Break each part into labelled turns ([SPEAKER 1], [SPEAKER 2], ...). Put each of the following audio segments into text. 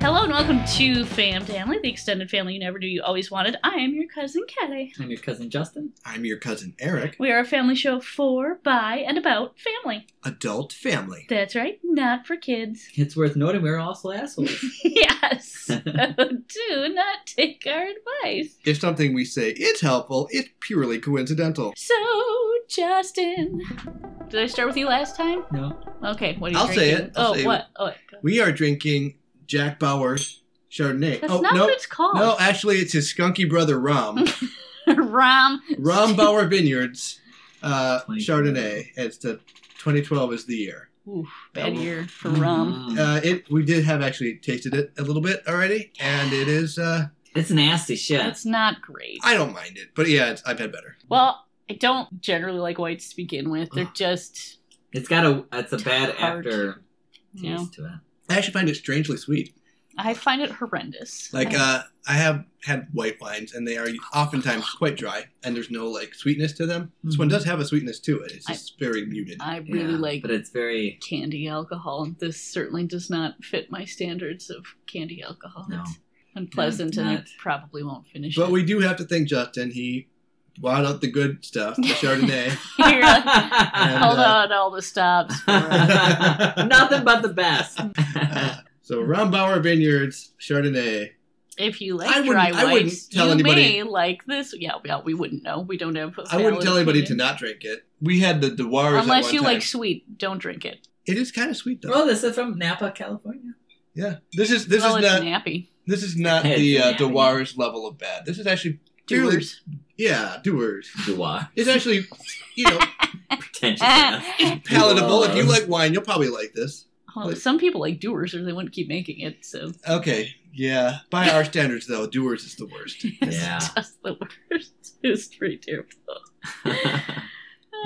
[SPEAKER 1] Welcome to Fam Family, the extended family you never knew you always wanted. I am your cousin Kelly.
[SPEAKER 2] I'm your cousin Justin.
[SPEAKER 3] I'm your cousin Eric,
[SPEAKER 1] We are a family show for, by, and about family.
[SPEAKER 3] adult family.
[SPEAKER 1] That's right, not for kids.
[SPEAKER 2] It's worth noting we're also assholes.
[SPEAKER 1] yes, so do not take our advice.
[SPEAKER 3] If something we say is helpful, it's purely coincidental.
[SPEAKER 1] So, Justin, did I start with you last time?
[SPEAKER 2] no,
[SPEAKER 1] Okay, what are you
[SPEAKER 3] I'll say
[SPEAKER 1] drinking?
[SPEAKER 3] it, I'll
[SPEAKER 1] oh,
[SPEAKER 3] say it.
[SPEAKER 1] what? Oh, wait, go.
[SPEAKER 3] We are drinking Jack Bauer's Chardonnay.
[SPEAKER 1] that's
[SPEAKER 3] oh,
[SPEAKER 1] not
[SPEAKER 3] no.
[SPEAKER 1] what it's called.
[SPEAKER 3] No, actually, it's his skunky brother, Rom.
[SPEAKER 1] Ram.
[SPEAKER 3] Rom Bauer Vineyards uh,
[SPEAKER 2] 2012.
[SPEAKER 3] Chardonnay. It's the 2012 is the year.
[SPEAKER 1] Oof, bad
[SPEAKER 3] Oh.
[SPEAKER 1] year for rum.
[SPEAKER 2] Mm.
[SPEAKER 3] Uh, it we did have actually tasted it a little bit already, and it is uh,
[SPEAKER 2] it's nasty shit.
[SPEAKER 1] That's not great.
[SPEAKER 3] I don't mind it, but yeah, it's, I've had better.
[SPEAKER 1] Well, I don't generally like whites to begin with. They're
[SPEAKER 2] Ugh.
[SPEAKER 1] just,
[SPEAKER 2] it's got a it's a bad
[SPEAKER 1] Tart.
[SPEAKER 2] after taste
[SPEAKER 1] you know,
[SPEAKER 2] to it.
[SPEAKER 3] I actually find it strangely sweet.
[SPEAKER 1] I find it horrendous.
[SPEAKER 3] Like
[SPEAKER 1] I-
[SPEAKER 3] uh, I have had white wines, and they are oftentimes quite dry, and there's no like sweetness to them. This one
[SPEAKER 2] Mhm.
[SPEAKER 3] does have a sweetness to it. It's
[SPEAKER 1] Mm-hmm. I-
[SPEAKER 3] just very muted.
[SPEAKER 1] I really
[SPEAKER 2] Yeah,
[SPEAKER 1] like
[SPEAKER 2] but it's very
[SPEAKER 1] candy alcohol. and This certainly does not fit my standards of candy alcohol.
[SPEAKER 2] No.
[SPEAKER 1] It's unpleasant,
[SPEAKER 2] Not-
[SPEAKER 1] and I
[SPEAKER 2] not-
[SPEAKER 1] probably won't finish
[SPEAKER 3] But
[SPEAKER 1] it.
[SPEAKER 3] we do have to thank Justin. He bought out the good stuff, the Chardonnay.
[SPEAKER 1] You're like,
[SPEAKER 3] And,
[SPEAKER 1] Hold
[SPEAKER 3] uh,
[SPEAKER 1] on, all the stops. For, uh,
[SPEAKER 2] Nothing but the best.
[SPEAKER 3] Uh, so Ron Bauer Vineyards Chardonnay.
[SPEAKER 1] if you like
[SPEAKER 3] I wouldn't-
[SPEAKER 1] dry
[SPEAKER 3] I wouldn't
[SPEAKER 1] whites,
[SPEAKER 3] tell
[SPEAKER 1] you may
[SPEAKER 3] anybody-
[SPEAKER 1] like this. Yeah, yeah, we wouldn't know. We don't have. I
[SPEAKER 3] I wouldn't tell anybody to not drink it. We had the Dewar's at
[SPEAKER 1] Unless
[SPEAKER 3] one
[SPEAKER 1] you
[SPEAKER 3] time.
[SPEAKER 1] like sweet, don't drink it.
[SPEAKER 3] It is kind of sweet though.
[SPEAKER 2] oh, this is from Napa, California.
[SPEAKER 3] yeah, this is this
[SPEAKER 1] well,
[SPEAKER 3] is
[SPEAKER 1] it's
[SPEAKER 3] not
[SPEAKER 1] nappy.
[SPEAKER 3] this is not
[SPEAKER 2] It's
[SPEAKER 3] the uh,
[SPEAKER 2] nappy.
[SPEAKER 3] Dewar's level of bad. This is actually fairly-
[SPEAKER 1] Doers.
[SPEAKER 3] yeah doers.
[SPEAKER 2] You are
[SPEAKER 3] It's actually you know
[SPEAKER 2] pretentious. ass.
[SPEAKER 3] palatable. if you Um,
[SPEAKER 2] Doers.
[SPEAKER 3] like wine, you'll probably like this.
[SPEAKER 1] Well, some people like doers, or they wouldn't keep making it. So
[SPEAKER 3] Okay, yeah. By our standards, though, doers is the worst.
[SPEAKER 2] Yeah.
[SPEAKER 1] just the worst. It's pretty terrible.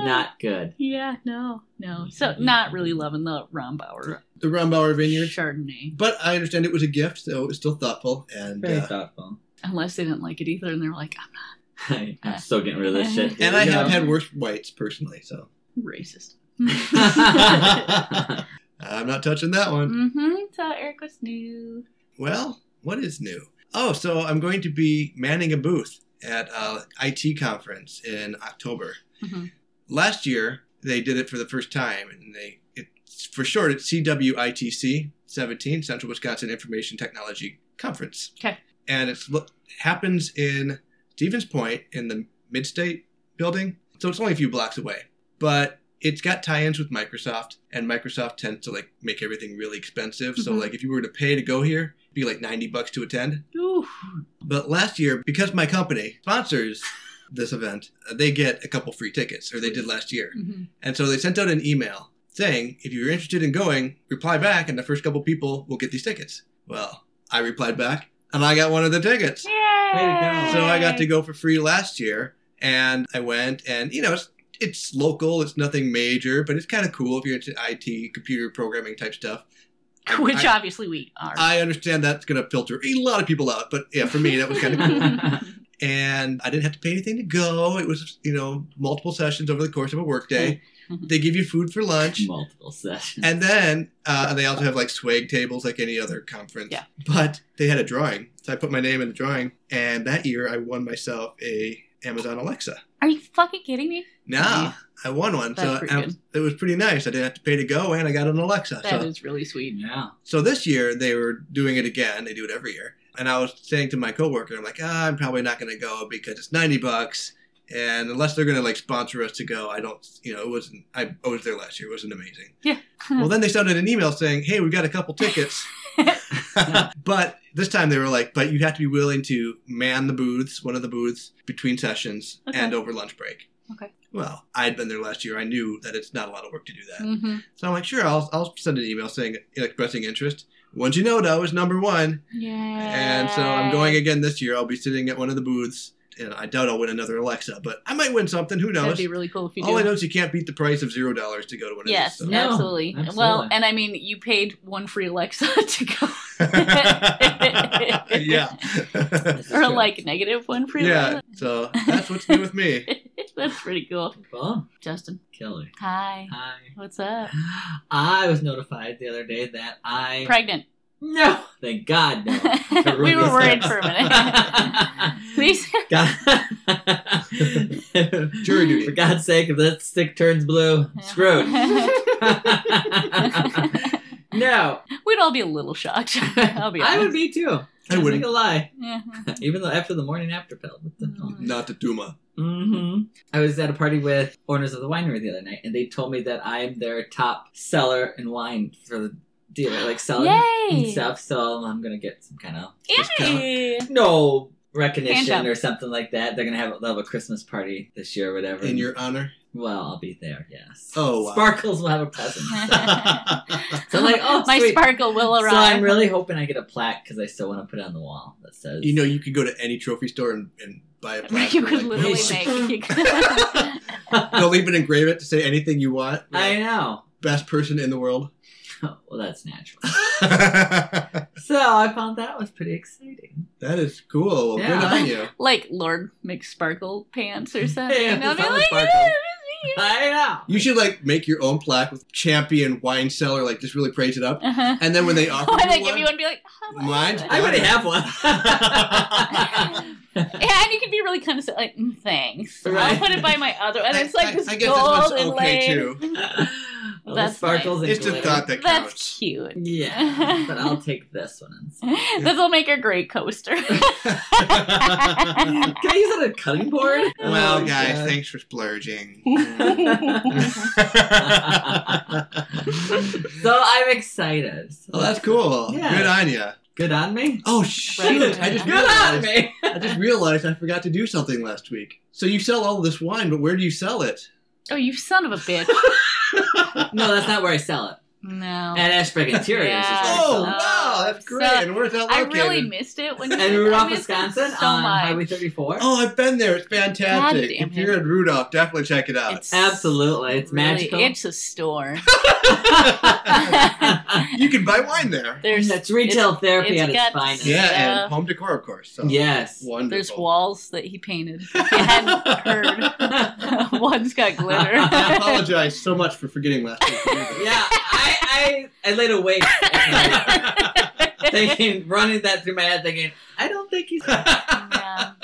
[SPEAKER 2] Not good.
[SPEAKER 1] Yeah, no, no. So not really loving the Rombauer
[SPEAKER 3] The Ron Bauer Mm-hmm. Vineyard.
[SPEAKER 1] Chardonnay,
[SPEAKER 3] But I understand it was a gift, so it was still thoughtful. And
[SPEAKER 2] Very
[SPEAKER 3] uh,
[SPEAKER 2] thoughtful.
[SPEAKER 1] unless they didn't like it either, and they're like, "Ah, I'm
[SPEAKER 2] I'm still getting rid of this shit.
[SPEAKER 3] and I
[SPEAKER 2] dude.
[SPEAKER 3] have had worse whites personally, so
[SPEAKER 1] racist.
[SPEAKER 3] I'm not touching that one.
[SPEAKER 1] mm-hmm. So Eric was new.
[SPEAKER 3] Well, what is new? Oh, so I'm going to be manning a booth at uh, IT conference in October.
[SPEAKER 1] Mhm.
[SPEAKER 3] Last year they did it for the first time, and they it's for short it's CWITC 17 Central Wisconsin Information Technology Conference.
[SPEAKER 1] 'Kay.
[SPEAKER 3] and it's lo- happens in Stevens Point in the Midstate building, so it's only a few blocks away, but it's got tie-ins with Microsoft, and Microsoft tends to like make everything really expensive. So
[SPEAKER 1] Mhm.
[SPEAKER 3] like if you were to pay to go here, it'd be like ninety bucks to attend.
[SPEAKER 1] Ooh,
[SPEAKER 3] But last year, because my company sponsors this event, uh, they get a couple free tickets, or they did last year.
[SPEAKER 1] Mhm.
[SPEAKER 3] And so they sent out an email saying, if you're interested in going, reply back, and the first couple people will get these tickets. Well, I replied back, and I got one of the tickets.
[SPEAKER 1] Yay!
[SPEAKER 3] So I got to go for free last year, and I went, and you know, it's, it's local, it's nothing major, but it's kind of cool if you're into IT, computer programming type stuff. I-
[SPEAKER 1] which
[SPEAKER 3] I,
[SPEAKER 1] obviously we are.
[SPEAKER 3] I understand that's going to filter a lot of people out, but yeah, for me that was kind of cool. And I didn't have to pay anything to go. It was you know multiple sessions over the course of a workday.
[SPEAKER 1] Mhm.
[SPEAKER 3] They give you food for lunch.
[SPEAKER 2] multiple sessions.
[SPEAKER 3] And then uh, and they also have like swag tables like any other conference.
[SPEAKER 1] Yeah.
[SPEAKER 3] But they had a drawing, so I put my name in the drawing, and that year I won myself a Amazon Alexa.
[SPEAKER 1] Are you fucking kidding me?
[SPEAKER 3] Nah, I won one,
[SPEAKER 1] That's
[SPEAKER 3] so
[SPEAKER 1] pretty
[SPEAKER 3] I-
[SPEAKER 1] good.
[SPEAKER 3] it was pretty nice. I didn't have to pay to go, and I got an Alexa.
[SPEAKER 1] That is
[SPEAKER 3] so,
[SPEAKER 1] really sweet.
[SPEAKER 2] yeah.
[SPEAKER 3] so this year they were doing it again. They do it every year, and I was saying to my coworker, I'm like, ah, I'm probably not going to go because it's ninety bucks. And unless they're going to like sponsor us to go, I don't, you know, it wasn't, I, I was there last year. It wasn't amazing. Well, then they sent out an email saying, "Hey, we've got a couple tickets." but this time they were like, "But you have to be willing to man the booths, one of the booths between sessions
[SPEAKER 1] Okay.
[SPEAKER 3] and over lunch break."
[SPEAKER 1] Okay.
[SPEAKER 3] Well, I'd been there last year. I knew that it's not a lot of work to do that.
[SPEAKER 1] hmm
[SPEAKER 3] So I'm like, "Sure, I'll I'll send an email saying expressing interest." Once you know, though, is number one,
[SPEAKER 1] Yeah.
[SPEAKER 3] and so I'm going again this year. I'll be sitting at one of the booths, and I doubt I'll win another Alexa, but I might win something. Who
[SPEAKER 1] That'd
[SPEAKER 3] knows?
[SPEAKER 1] be really cool if you
[SPEAKER 3] All
[SPEAKER 1] do.
[SPEAKER 3] I know is you can't beat the price of zero dollars to go to one
[SPEAKER 1] Yes,
[SPEAKER 3] of these.
[SPEAKER 2] No,
[SPEAKER 1] absolutely.
[SPEAKER 2] absolutely.
[SPEAKER 1] Well, and I mean, you paid one free Alexa to go,
[SPEAKER 3] yeah.
[SPEAKER 2] This is
[SPEAKER 1] or
[SPEAKER 2] true.
[SPEAKER 1] like negative one free
[SPEAKER 3] yeah. So that's what's new with me.
[SPEAKER 1] Alexa. That's pretty cool.
[SPEAKER 2] Well,
[SPEAKER 1] Justin,
[SPEAKER 2] killer.
[SPEAKER 1] hi.
[SPEAKER 2] Hi.
[SPEAKER 1] What's up?
[SPEAKER 2] I was notified the other day that I
[SPEAKER 1] Pregnant.
[SPEAKER 2] No, thank God. No. To ruin
[SPEAKER 1] We were
[SPEAKER 2] this
[SPEAKER 1] worried
[SPEAKER 2] house.
[SPEAKER 1] for a minute. Please.
[SPEAKER 2] God. For
[SPEAKER 3] Jury duty.
[SPEAKER 2] God's sake, if that stick turns blue, screwed. no,
[SPEAKER 1] We'd all be a little shocked. I'll be honest.
[SPEAKER 2] I would be too.
[SPEAKER 3] I wouldn't.
[SPEAKER 2] Not gonna lie.
[SPEAKER 1] Yeah.
[SPEAKER 2] Even though after the morning after pill, what
[SPEAKER 1] Mm.
[SPEAKER 2] the hell?
[SPEAKER 3] Not the Duma.
[SPEAKER 2] hmm I was at a party with owners of the winery the other night, and they told me that I'm their top seller in wine for the dealer, like selling and
[SPEAKER 1] Yay!
[SPEAKER 2] stuff. So I'm gonna get some kind of
[SPEAKER 1] Yay!
[SPEAKER 2] no
[SPEAKER 1] Hand
[SPEAKER 2] recognition
[SPEAKER 1] job.
[SPEAKER 2] or something like that. They're gonna have they'll have a Christmas party this year or whatever.
[SPEAKER 3] In your honor.
[SPEAKER 2] well, I'll be there. Yes.
[SPEAKER 3] Oh, wow.
[SPEAKER 2] Sparkles will have a present. So I'm like, oh,
[SPEAKER 1] my
[SPEAKER 2] sweet.
[SPEAKER 1] sparkle will arrive.
[SPEAKER 2] So I'm really hoping I get a plaque because I still want to put it on the wall that says,
[SPEAKER 3] You know, you could go to any trophy store and, and buy a plaque.
[SPEAKER 1] you
[SPEAKER 3] for,
[SPEAKER 1] could
[SPEAKER 3] like,
[SPEAKER 1] literally
[SPEAKER 2] Hey,
[SPEAKER 1] make. You
[SPEAKER 3] They'll even engrave it to say anything you want.
[SPEAKER 2] I know.
[SPEAKER 3] Best person in the world.
[SPEAKER 2] well, that's natural.
[SPEAKER 3] that
[SPEAKER 2] So I found that was pretty exciting.
[SPEAKER 3] is cool. Well, Good
[SPEAKER 2] Yeah.
[SPEAKER 3] on you.
[SPEAKER 1] like Lord.
[SPEAKER 4] Make sparkle pants or something.
[SPEAKER 2] Yeah,
[SPEAKER 4] I'll be
[SPEAKER 2] it's all
[SPEAKER 4] like,
[SPEAKER 2] sparkle.
[SPEAKER 4] "Yeah."
[SPEAKER 2] I know.
[SPEAKER 3] You should like make your own plaque with champion wine cellar, like just really praise it up.
[SPEAKER 1] Uh-huh.
[SPEAKER 3] And then when they offer
[SPEAKER 1] When
[SPEAKER 3] you
[SPEAKER 1] they
[SPEAKER 3] one,
[SPEAKER 1] give you one, be like, how much?
[SPEAKER 3] Mine's
[SPEAKER 2] I already have one.
[SPEAKER 1] Yeah, and you can be really condescending, like, "Mm, thanks.
[SPEAKER 2] Right.
[SPEAKER 1] I'll put it by my other. And
[SPEAKER 3] I-
[SPEAKER 1] it's like
[SPEAKER 3] I-
[SPEAKER 1] this
[SPEAKER 3] I guess this one's
[SPEAKER 1] gold
[SPEAKER 3] okay,
[SPEAKER 1] inlaid.
[SPEAKER 3] too.
[SPEAKER 2] All the
[SPEAKER 1] That's
[SPEAKER 2] sparkles and
[SPEAKER 3] It's just
[SPEAKER 2] glitter.
[SPEAKER 3] thought that
[SPEAKER 1] That's
[SPEAKER 3] counts.
[SPEAKER 1] cute.
[SPEAKER 2] Yeah, but I'll take this one. instead.
[SPEAKER 1] This'll make a great coaster.
[SPEAKER 2] Can I use it on a cutting board?
[SPEAKER 3] well,
[SPEAKER 2] Oh,
[SPEAKER 3] guys,
[SPEAKER 2] God.
[SPEAKER 3] thanks for splurging.
[SPEAKER 2] so I'm excited. So
[SPEAKER 3] well, that's cool.
[SPEAKER 2] Yeah.
[SPEAKER 3] Good on you.
[SPEAKER 2] good on me.
[SPEAKER 3] Oh shoot!
[SPEAKER 1] Right.
[SPEAKER 3] I just
[SPEAKER 2] Good on
[SPEAKER 3] realized.
[SPEAKER 2] me.
[SPEAKER 3] I just realized I forgot to do something last week. So you sell all this wine, but where do you sell it?
[SPEAKER 1] oh, you son of a bitch.
[SPEAKER 2] No, that's not where I sell it.
[SPEAKER 1] No.
[SPEAKER 2] At Ashbrook Interiors
[SPEAKER 1] Oh. Yeah.
[SPEAKER 2] is where I sell
[SPEAKER 3] Oh
[SPEAKER 2] it.
[SPEAKER 3] wow, that's
[SPEAKER 1] So,
[SPEAKER 3] great. and where's that
[SPEAKER 1] I
[SPEAKER 3] located?
[SPEAKER 1] really missed it when you
[SPEAKER 2] And
[SPEAKER 1] said-
[SPEAKER 2] Rudolph,
[SPEAKER 1] I missed it
[SPEAKER 2] Wisconsin,
[SPEAKER 1] so
[SPEAKER 2] on
[SPEAKER 1] much.
[SPEAKER 2] Highway 34.
[SPEAKER 3] Oh, I've been there. It's fantastic.
[SPEAKER 1] God damn
[SPEAKER 3] If you're in Rudolph, definitely check it out.
[SPEAKER 1] It's
[SPEAKER 2] Absolutely, it's
[SPEAKER 1] really-
[SPEAKER 2] magical.
[SPEAKER 1] It's a store.
[SPEAKER 3] you can buy wine there.
[SPEAKER 1] There's
[SPEAKER 2] That's retail therapy
[SPEAKER 1] it's
[SPEAKER 2] at its
[SPEAKER 1] got-
[SPEAKER 2] finest.
[SPEAKER 3] Yeah,
[SPEAKER 1] Yeah.
[SPEAKER 3] and home decor, of course. So.
[SPEAKER 2] Yes.
[SPEAKER 3] Wonderful.
[SPEAKER 1] there's walls that he painted. If you hadn't heard, one's got
[SPEAKER 3] I
[SPEAKER 1] glitter.
[SPEAKER 3] apologize so much for forgetting last week.
[SPEAKER 2] Yeah, I, I, I laid awake thinking, running that through my head, thinking, I don't think he's.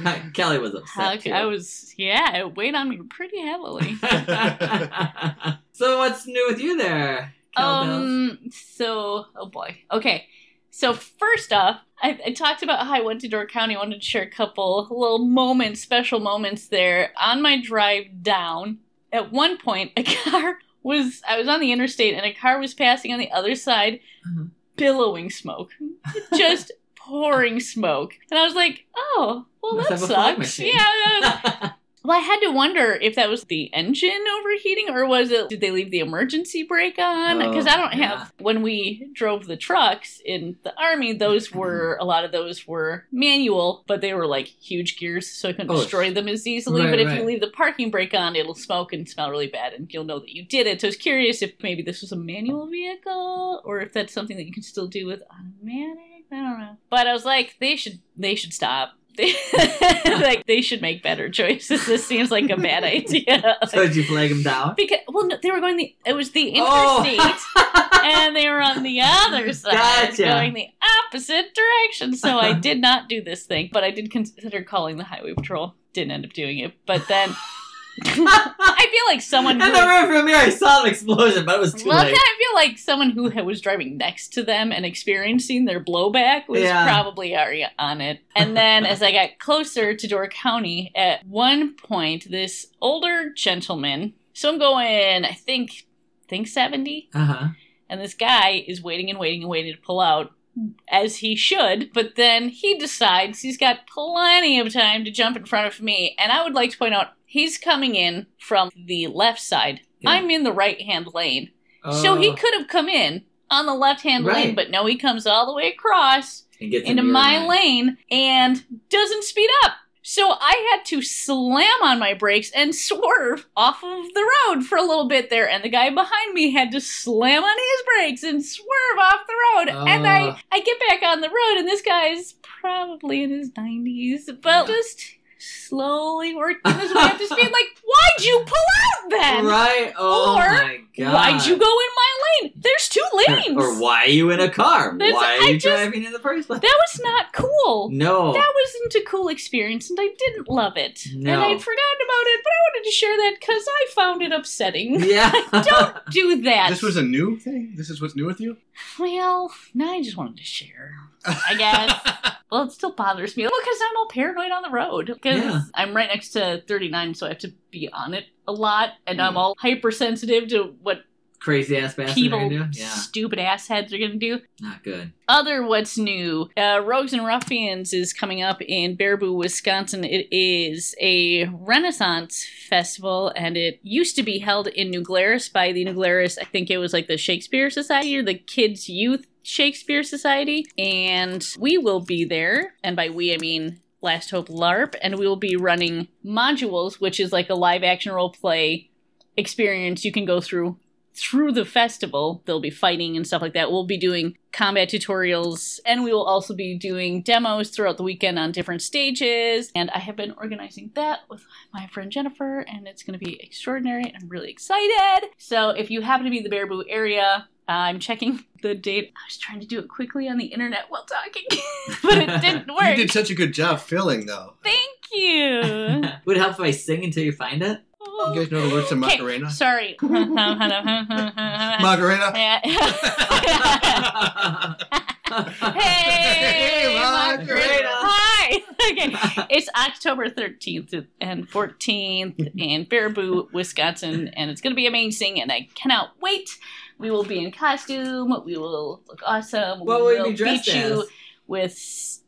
[SPEAKER 1] Yeah.
[SPEAKER 2] Kelly was upset.
[SPEAKER 1] Huck,
[SPEAKER 2] too.
[SPEAKER 1] I was, yeah, it weighed on me pretty heavily.
[SPEAKER 2] so what's new with you there? Cowbells?
[SPEAKER 1] um, so, oh boy. Okay. So, first off, I, I talked about how I went to Door County. I wanted to share a couple little moments, special moments there. On my drive down, at one point, a car was, I was on the interstate and a car was passing on the other side,
[SPEAKER 2] Mhm.
[SPEAKER 1] billowing smoke. Just pouring smoke. And I was like, oh, well,
[SPEAKER 2] Must
[SPEAKER 1] that
[SPEAKER 2] have a fog
[SPEAKER 1] sucks.
[SPEAKER 2] machine.
[SPEAKER 1] Yeah, that was- Well, I had to wonder if that was the engine overheating or was it did they leave the emergency brake on?
[SPEAKER 2] Oh,
[SPEAKER 1] Because I don't
[SPEAKER 2] yeah.
[SPEAKER 1] have when we drove the trucks in the army,
[SPEAKER 2] Mm-hmm.
[SPEAKER 1] those were a lot of those were manual, but they were like huge gears, so I couldn't
[SPEAKER 2] Oh,
[SPEAKER 1] destroy them as easily.
[SPEAKER 2] right,
[SPEAKER 1] but if
[SPEAKER 2] right.
[SPEAKER 1] you leave the parking brake on, it'll smoke and smell really bad, and you'll know that you did it. So I was curious if maybe this was a manual vehicle or if that's something that you can still do with automatic. I don't know. But I was like, they should they should stop. They- like they should make better choices. This seems like a bad idea.
[SPEAKER 2] so did you flag him down?
[SPEAKER 1] because well, no, they were going the it was the interstate,
[SPEAKER 2] Oh.
[SPEAKER 1] and they were on the other side,
[SPEAKER 2] Gotcha.
[SPEAKER 1] going the opposite direction. So I did not do this thing, but I did consider calling the highway patrol. Didn't end up doing it, but then I feel like someone
[SPEAKER 2] In
[SPEAKER 1] who
[SPEAKER 2] the room from here, I saw an explosion, but it was too
[SPEAKER 1] well,
[SPEAKER 2] late.
[SPEAKER 1] kind of feel like someone who ha- was driving next to them and experiencing their blowback was
[SPEAKER 2] Yeah.
[SPEAKER 1] probably already on it. And then as I got closer to Door County, at one point, this older gentleman, so I'm going, I think, think 70,
[SPEAKER 2] Uh huh.
[SPEAKER 1] and this guy is waiting and waiting and waiting to pull out. As he should, but then he decides he's got plenty of time to jump in front of me. And I would like to point out he's coming in from the left side.
[SPEAKER 2] Yeah.
[SPEAKER 1] I'm in the right hand lane. So
[SPEAKER 2] Oh,
[SPEAKER 1] he could have come in on the left hand lane,
[SPEAKER 2] Uh, Right.
[SPEAKER 1] but no, he comes all the way across
[SPEAKER 2] he gets
[SPEAKER 1] into
[SPEAKER 2] your
[SPEAKER 1] my
[SPEAKER 2] mind.
[SPEAKER 1] lane and doesn't speed up. So I had to slam on my brakes and swerve off of the road for a little bit there, and the guy behind me had to slam on his brakes and swerve off the road. and
[SPEAKER 2] Uh.
[SPEAKER 1] I, I get back on the road, and this guy's probably in his 90s, but
[SPEAKER 2] Yeah.
[SPEAKER 1] just slowly working his way up to speed. Like, why'd you pull out then?
[SPEAKER 2] right? Oh
[SPEAKER 1] Or,
[SPEAKER 2] my god!
[SPEAKER 1] Why'd you go in my lane? There's two lanes.
[SPEAKER 2] Or, or why are you in a car?
[SPEAKER 1] That's-
[SPEAKER 2] why are
[SPEAKER 1] I
[SPEAKER 2] you
[SPEAKER 1] just-
[SPEAKER 2] driving in the first place?
[SPEAKER 1] that was not cool.
[SPEAKER 2] No.
[SPEAKER 1] That wasn't a cool experience, and I didn't love it. And
[SPEAKER 2] No.
[SPEAKER 1] I'd forgotten about it, but I wanted to share that because I found it upsetting.
[SPEAKER 2] yeah.
[SPEAKER 1] Don't do that.
[SPEAKER 3] This was a new thing. This is what's new with you.
[SPEAKER 1] well, no, I just wanted to share. I guess. Well, it still bothers me. Well, because I'm all paranoid on the road. Because
[SPEAKER 2] Yeah.
[SPEAKER 1] I'm right next to 39, so I have to be on it a lot. And I'm
[SPEAKER 3] Mm.
[SPEAKER 1] all hypersensitive to what
[SPEAKER 2] Crazy ass bastard.
[SPEAKER 1] people,
[SPEAKER 2] People... Yeah.
[SPEAKER 1] stupid assheads, are going to do.
[SPEAKER 2] Not good.
[SPEAKER 1] Other what's new, uh, Rogues and Ruffians is coming up in Baraboo, Wisconsin. It is a Renaissance festival, and it used to be held in New Glarus by the New Glarus, I think it was like the Shakespeare Society or the Kids Youth Shakespeare Society. And we will be there, and by we I mean Last Hope LARP, and we will be running modules, which is like a live action role play experience you can go through through the festival. They'll be fighting and stuff like that. We'll be doing combat tutorials and we will also be doing demos throughout the weekend on different stages. And I have been organizing that with my friend Jennifer and it's going to be extraordinary. I'm really excited. So if you happen to be in the Baraboo area, I'm checking the date. I was trying to do it quickly on the internet while talking, but it didn't work.
[SPEAKER 3] You did such a good job filling, though.
[SPEAKER 1] Thank you.
[SPEAKER 2] Would it help if I sing until you find it?
[SPEAKER 3] You guys know the words to
[SPEAKER 1] Okay, uh,
[SPEAKER 3] Macarena?
[SPEAKER 1] Sorry.
[SPEAKER 3] Macarena.
[SPEAKER 1] Yeah. hey,
[SPEAKER 3] Hey,
[SPEAKER 1] Macarena.
[SPEAKER 3] Macarena.
[SPEAKER 1] Hi. Okay. It's October 13th and 14th in Baraboo, Wisconsin, and it's going to be amazing, and I cannot wait. We will be in costume. We will look awesome.
[SPEAKER 2] what
[SPEAKER 1] we
[SPEAKER 2] would you be dressed
[SPEAKER 1] beat
[SPEAKER 2] as?
[SPEAKER 1] you with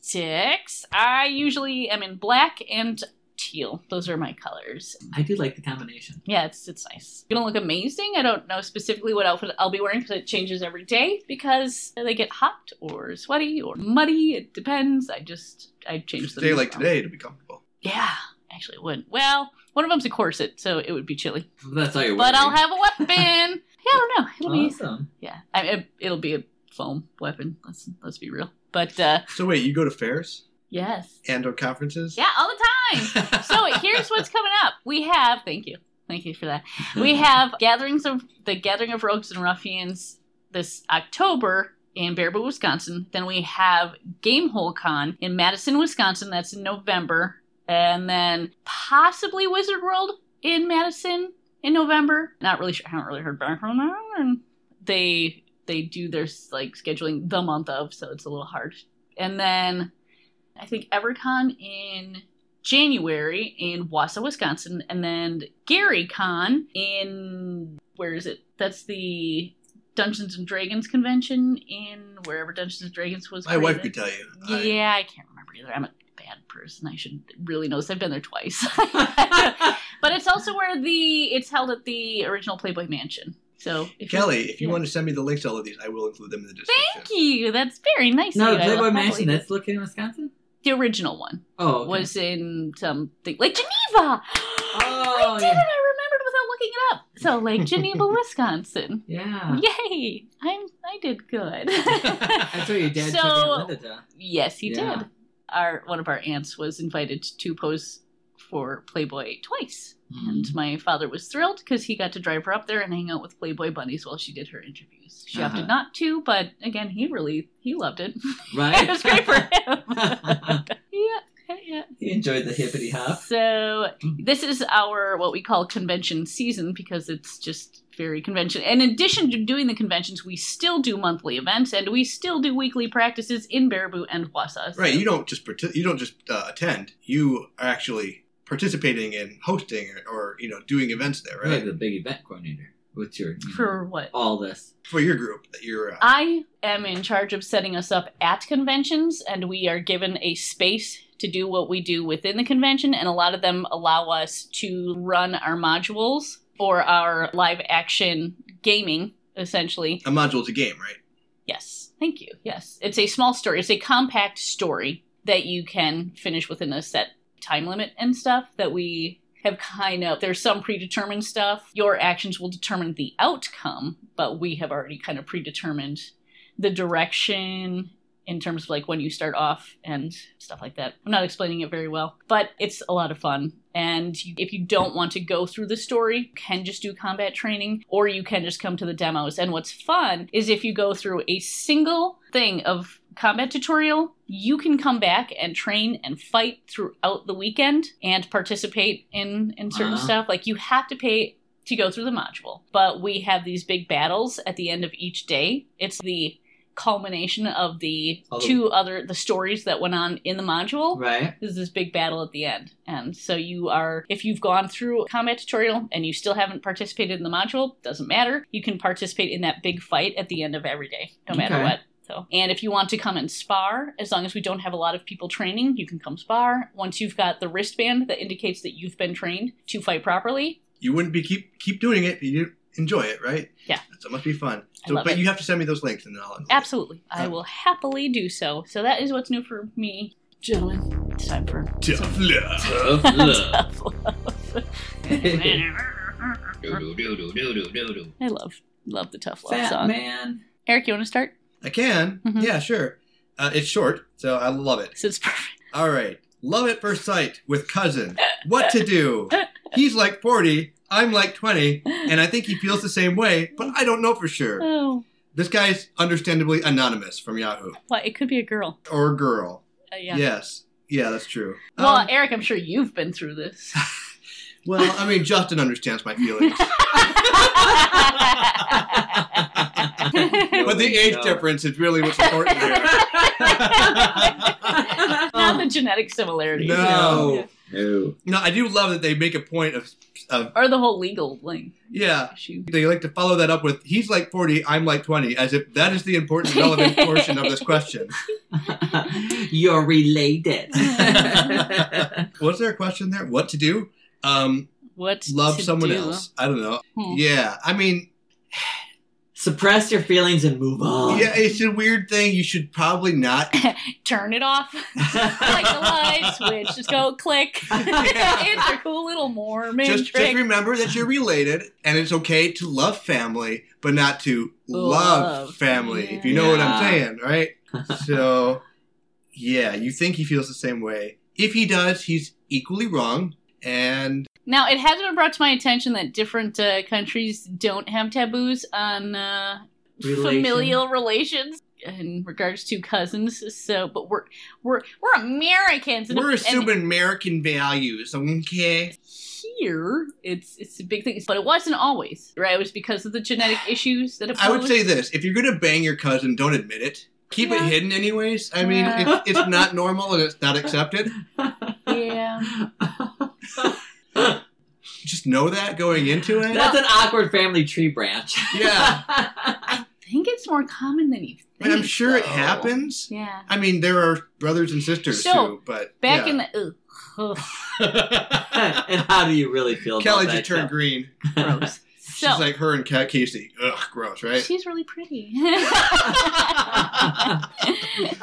[SPEAKER 1] sticks. I usually am in black and teal. Those are my colors.
[SPEAKER 2] I do like the combination.
[SPEAKER 1] Yeah, it's it's nice. You're gonna look amazing. I don't know specifically what outfit I'll be wearing because it changes every day because they get hot or sweaty or muddy. It depends. I just I change
[SPEAKER 3] Just
[SPEAKER 1] them.
[SPEAKER 3] Day like
[SPEAKER 1] around.
[SPEAKER 3] today to be comfortable.
[SPEAKER 1] Yeah, actually it wouldn't. Well, one of them's a corset, so it would be chilly.
[SPEAKER 2] That's all you.
[SPEAKER 1] But I'll have a weapon. yeah, I don't know. It'll
[SPEAKER 3] Uh.
[SPEAKER 1] be
[SPEAKER 2] awesome.
[SPEAKER 1] yeah. I, it, it'll be a foam weapon. Let's let's be real. But uh,
[SPEAKER 3] So wait, you go to fairs
[SPEAKER 1] yes,
[SPEAKER 3] and or conferences?
[SPEAKER 1] yeah, all the time. so here's what's coming up. We have thank you. Thank you for that. We have gatherings of the Gathering of Rogues and Ruffians this October in Baraboo, Wisconsin. Then we have Gamehole Con in Madison, Wisconsin. That's in November. And then possibly Wizard World in Madison in November. Not really sure. I haven't really heard back from them. And they they do their like scheduling the month of, so it's a little hard. And then I think EverCon in January in Wausau, Wisconsin, and then Gary Con in where is it? That's the Dungeons and Dragons convention in wherever Dungeons and Dragons was.
[SPEAKER 3] My wife
[SPEAKER 1] created.
[SPEAKER 3] could tell you. I-
[SPEAKER 1] Yeah, I can't remember either. I'm a bad person. I should really know this. I've been there twice. but it's also where the it's held at the original Playboy Mansion. So if
[SPEAKER 3] Kelly, if you
[SPEAKER 1] yeah.
[SPEAKER 3] want to send me the links to all of these, I will include them in the description.
[SPEAKER 1] thank you. That's very nice.
[SPEAKER 2] no,
[SPEAKER 1] of you. I
[SPEAKER 2] Playboy
[SPEAKER 1] will
[SPEAKER 2] Mansion.
[SPEAKER 1] happily-
[SPEAKER 2] That's located in Wisconsin.
[SPEAKER 1] the original one
[SPEAKER 2] Oh, okay.
[SPEAKER 1] was in something like Geneva. I
[SPEAKER 2] Oh,
[SPEAKER 1] did
[SPEAKER 2] yeah.
[SPEAKER 1] it. I remembered without looking it up. So Lake Geneva, Wisconsin.
[SPEAKER 2] yeah.
[SPEAKER 1] Yay! I'm I did good.
[SPEAKER 2] That's what your dad
[SPEAKER 1] So-
[SPEAKER 2] took Aunt Linda to.
[SPEAKER 1] Yes, he
[SPEAKER 2] Yeah.
[SPEAKER 1] did. Our one of our aunts was invited to pose for Playboy twice,
[SPEAKER 2] Mm.
[SPEAKER 1] and my father was thrilled because he got to drive her up there and hang out with Playboy bunnies while she did her interviews. She opted
[SPEAKER 2] Uh-huh.
[SPEAKER 1] not to, but again, he really he loved it.
[SPEAKER 2] Right.
[SPEAKER 1] it was great for him. yeah, yeah.
[SPEAKER 2] he enjoyed the hippity hop.
[SPEAKER 1] So this is our what we call convention season because it's just very convention. In addition to doing the conventions, we still do monthly events and we still do weekly practices in Baraboo and Wausau. So-
[SPEAKER 3] Right, you don't just parti- you don't just uh, attend. You are actually participating in hosting or, or you know doing events there,
[SPEAKER 2] Right.
[SPEAKER 3] right?
[SPEAKER 2] the big event coordinator. What's your you know,
[SPEAKER 1] for what?
[SPEAKER 2] all this?
[SPEAKER 3] For your group that you're. Uh,
[SPEAKER 1] I am in charge of setting us up at conventions, and we are given a space to do what we do within the convention, and a lot of them allow us to run our modules or our live action gaming, essentially,
[SPEAKER 3] a module's a game, right?
[SPEAKER 1] Yes. Thank you. Yes. It's a small story. It's a compact story that you can finish within a set time limit and stuff that we have kind of there's some predetermined stuff. Your actions will determine the outcome, but we have already kind of predetermined the direction in terms of like when you start off and stuff like that. I'm not explaining it very well, but it's a lot of fun. And you, if you don't want to go through the story, you can just do combat training or you can just come to the demos. And what's fun is if you go through a single thing of combat tutorial, you can come back and train and fight throughout the weekend and participate in in certain
[SPEAKER 2] Wow.
[SPEAKER 1] stuff. Like you have to pay to go through the module, but we have these big battles at the end of each day. It's the culmination of the
[SPEAKER 2] All the-
[SPEAKER 1] two other the stories that went on in the module
[SPEAKER 2] Right.
[SPEAKER 1] there's this big battle at the end. And so you are, if you've gone through a combat tutorial and you still haven't participated in the module, doesn't matter. You can participate in that big fight at the end of every day, no matter
[SPEAKER 2] Okay.
[SPEAKER 1] what. So, and if you want to come and spar, as long as we don't have a lot of people training, you can come spar. Once you've got the wristband that indicates that you've been trained to fight properly,
[SPEAKER 3] You wouldn't be keep keep doing it. if You didn't enjoy it, right?
[SPEAKER 1] Yeah.
[SPEAKER 3] So it must be fun.
[SPEAKER 1] I
[SPEAKER 3] So,
[SPEAKER 1] love
[SPEAKER 3] but
[SPEAKER 1] it.
[SPEAKER 3] you have to send me those links, and then I'll.
[SPEAKER 1] absolutely, I
[SPEAKER 3] Oh.
[SPEAKER 1] will happily do so. So that is what's new for me, gentlemen. It's time for
[SPEAKER 3] Tough love.
[SPEAKER 2] Tough love.
[SPEAKER 1] Tough love. I love love the tough love
[SPEAKER 2] Fat
[SPEAKER 1] song.
[SPEAKER 2] man.
[SPEAKER 1] Eric, you want to start?
[SPEAKER 3] I can.
[SPEAKER 1] Mhm.
[SPEAKER 3] Yeah, sure. Uh, it's short, so I love it.
[SPEAKER 1] Since it's perfect.
[SPEAKER 3] All right. Love at first sight with cousin. What to do? He's like 40, I'm like 20, and I think he feels the same way, but I don't know for sure.
[SPEAKER 1] Oh,
[SPEAKER 3] This guy's understandably anonymous from Yahoo
[SPEAKER 1] well, it could be a girl.
[SPEAKER 3] or girl.
[SPEAKER 1] Uh, yeah.
[SPEAKER 3] Yes. Yeah, that's true.
[SPEAKER 1] Well,
[SPEAKER 3] Um,
[SPEAKER 1] Eric, I'm sure you've been through this.
[SPEAKER 3] well, I mean, Justin understands my feelings. but the age
[SPEAKER 2] No.
[SPEAKER 3] difference is really what's important here.
[SPEAKER 1] Not the genetic similarities. you know?
[SPEAKER 3] No.
[SPEAKER 2] No.
[SPEAKER 3] No, I do love that they make a point of, of
[SPEAKER 1] Or the whole legal thing
[SPEAKER 3] yeah,
[SPEAKER 1] issue.
[SPEAKER 3] they like to follow that up with he's like 40 i'm like 20 as if that is the important relevant portion of this question
[SPEAKER 2] You're related.
[SPEAKER 3] was there a question there what to do um
[SPEAKER 1] What
[SPEAKER 3] love
[SPEAKER 1] to
[SPEAKER 3] someone
[SPEAKER 1] do.
[SPEAKER 3] else i don't know
[SPEAKER 1] Hmm.
[SPEAKER 3] yeah i mean
[SPEAKER 2] Suppress your feelings and move on.
[SPEAKER 3] yeah it's a weird thing you should probably not
[SPEAKER 1] Turn it off. like the light switch. Just go click. it's a cool little Mormon
[SPEAKER 3] just,
[SPEAKER 1] trick.
[SPEAKER 3] just remember that you're related and it's okay to love family but not to love,
[SPEAKER 1] Love.
[SPEAKER 3] family if you
[SPEAKER 1] Yeah.
[SPEAKER 3] know what
[SPEAKER 2] Yeah.
[SPEAKER 3] i'm saying right so yeah you think he feels the same way if he does he's equally wrong and
[SPEAKER 1] Now, it has been brought to my attention that different uh, countries don't have taboos on uh,
[SPEAKER 2] Relation.
[SPEAKER 1] familial relations in regards to cousins. So, but we're we're we're Americans, and,
[SPEAKER 3] We're
[SPEAKER 1] and
[SPEAKER 3] assuming American values, okay?
[SPEAKER 1] here it's it's a big thing. But it wasn't always right. It was because of the genetic issues that.
[SPEAKER 3] I would
[SPEAKER 1] opposed-
[SPEAKER 3] say this: if you're gonna bang your cousin, don't admit it. Keep
[SPEAKER 1] Yeah.
[SPEAKER 3] it hidden, anyways. I mean,
[SPEAKER 1] Yeah.
[SPEAKER 3] it's, it's not normal and it's not accepted.
[SPEAKER 1] yeah.
[SPEAKER 3] Just know that going into it.
[SPEAKER 2] That's an awkward family tree branch.
[SPEAKER 3] Yeah.
[SPEAKER 1] I think it's more common than you
[SPEAKER 3] But
[SPEAKER 1] think.
[SPEAKER 3] I'm sure it
[SPEAKER 1] though.
[SPEAKER 3] happens.
[SPEAKER 1] Yeah.
[SPEAKER 3] I mean, there are brothers and sisters
[SPEAKER 1] So,
[SPEAKER 3] too, but
[SPEAKER 1] Back
[SPEAKER 3] yeah.
[SPEAKER 1] in the ugh, ugh,
[SPEAKER 2] and how do you really feel
[SPEAKER 3] Kelly
[SPEAKER 2] about
[SPEAKER 3] just turned green.
[SPEAKER 2] that?
[SPEAKER 1] gross. So
[SPEAKER 3] She's like her and Cat Casey. Ugh, gross, right?
[SPEAKER 1] she's really pretty.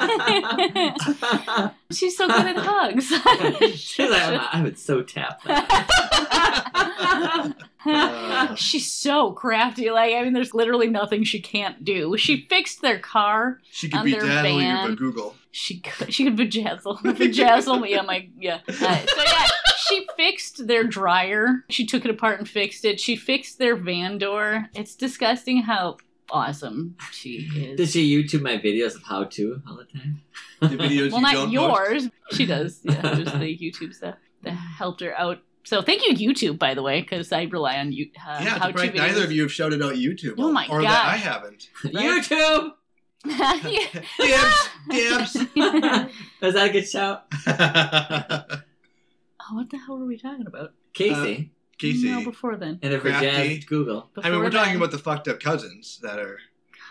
[SPEAKER 1] She's so good at hugs.
[SPEAKER 2] She's like, "Oh, I would so tap that.
[SPEAKER 3] Uh,
[SPEAKER 1] She's so crafty. Like, I mean, there's literally nothing she can't do. She fixed their car.
[SPEAKER 3] she could
[SPEAKER 1] On
[SPEAKER 3] be
[SPEAKER 1] their
[SPEAKER 3] dazzling you,
[SPEAKER 1] van.
[SPEAKER 3] but Google.
[SPEAKER 1] She could, she could bejazzle, bejazzle me. Yeah, my yeah. Uh, so yeah, she fixed their dryer. She took it apart and fixed it. She fixed their van door. It's disgusting how awesome she is.
[SPEAKER 2] Does she YouTube my videos of how to all the time?
[SPEAKER 3] The videos
[SPEAKER 1] well,
[SPEAKER 3] you
[SPEAKER 1] not
[SPEAKER 3] don't
[SPEAKER 1] yours. She does. Yeah, there's the YouTube stuff that helped her out. So thank you, YouTube, by the way, because I rely on you. Uh,
[SPEAKER 3] Post. Yeah,
[SPEAKER 1] how
[SPEAKER 3] surprised neither of you have shouted out YouTube.
[SPEAKER 1] Oh my
[SPEAKER 3] or that I
[SPEAKER 1] gosh.
[SPEAKER 3] haven't.
[SPEAKER 2] YouTube!
[SPEAKER 3] Dibs, dibs.
[SPEAKER 2] Was that a good shout?
[SPEAKER 3] Casey.
[SPEAKER 1] oh, what the hell were we talking about?
[SPEAKER 2] Casey.
[SPEAKER 1] No, before then.
[SPEAKER 2] and a
[SPEAKER 3] Uh, crafty.
[SPEAKER 2] jazzed Google.
[SPEAKER 1] Before
[SPEAKER 3] I mean, we're talking
[SPEAKER 1] then,
[SPEAKER 3] about the fucked up cousins that are.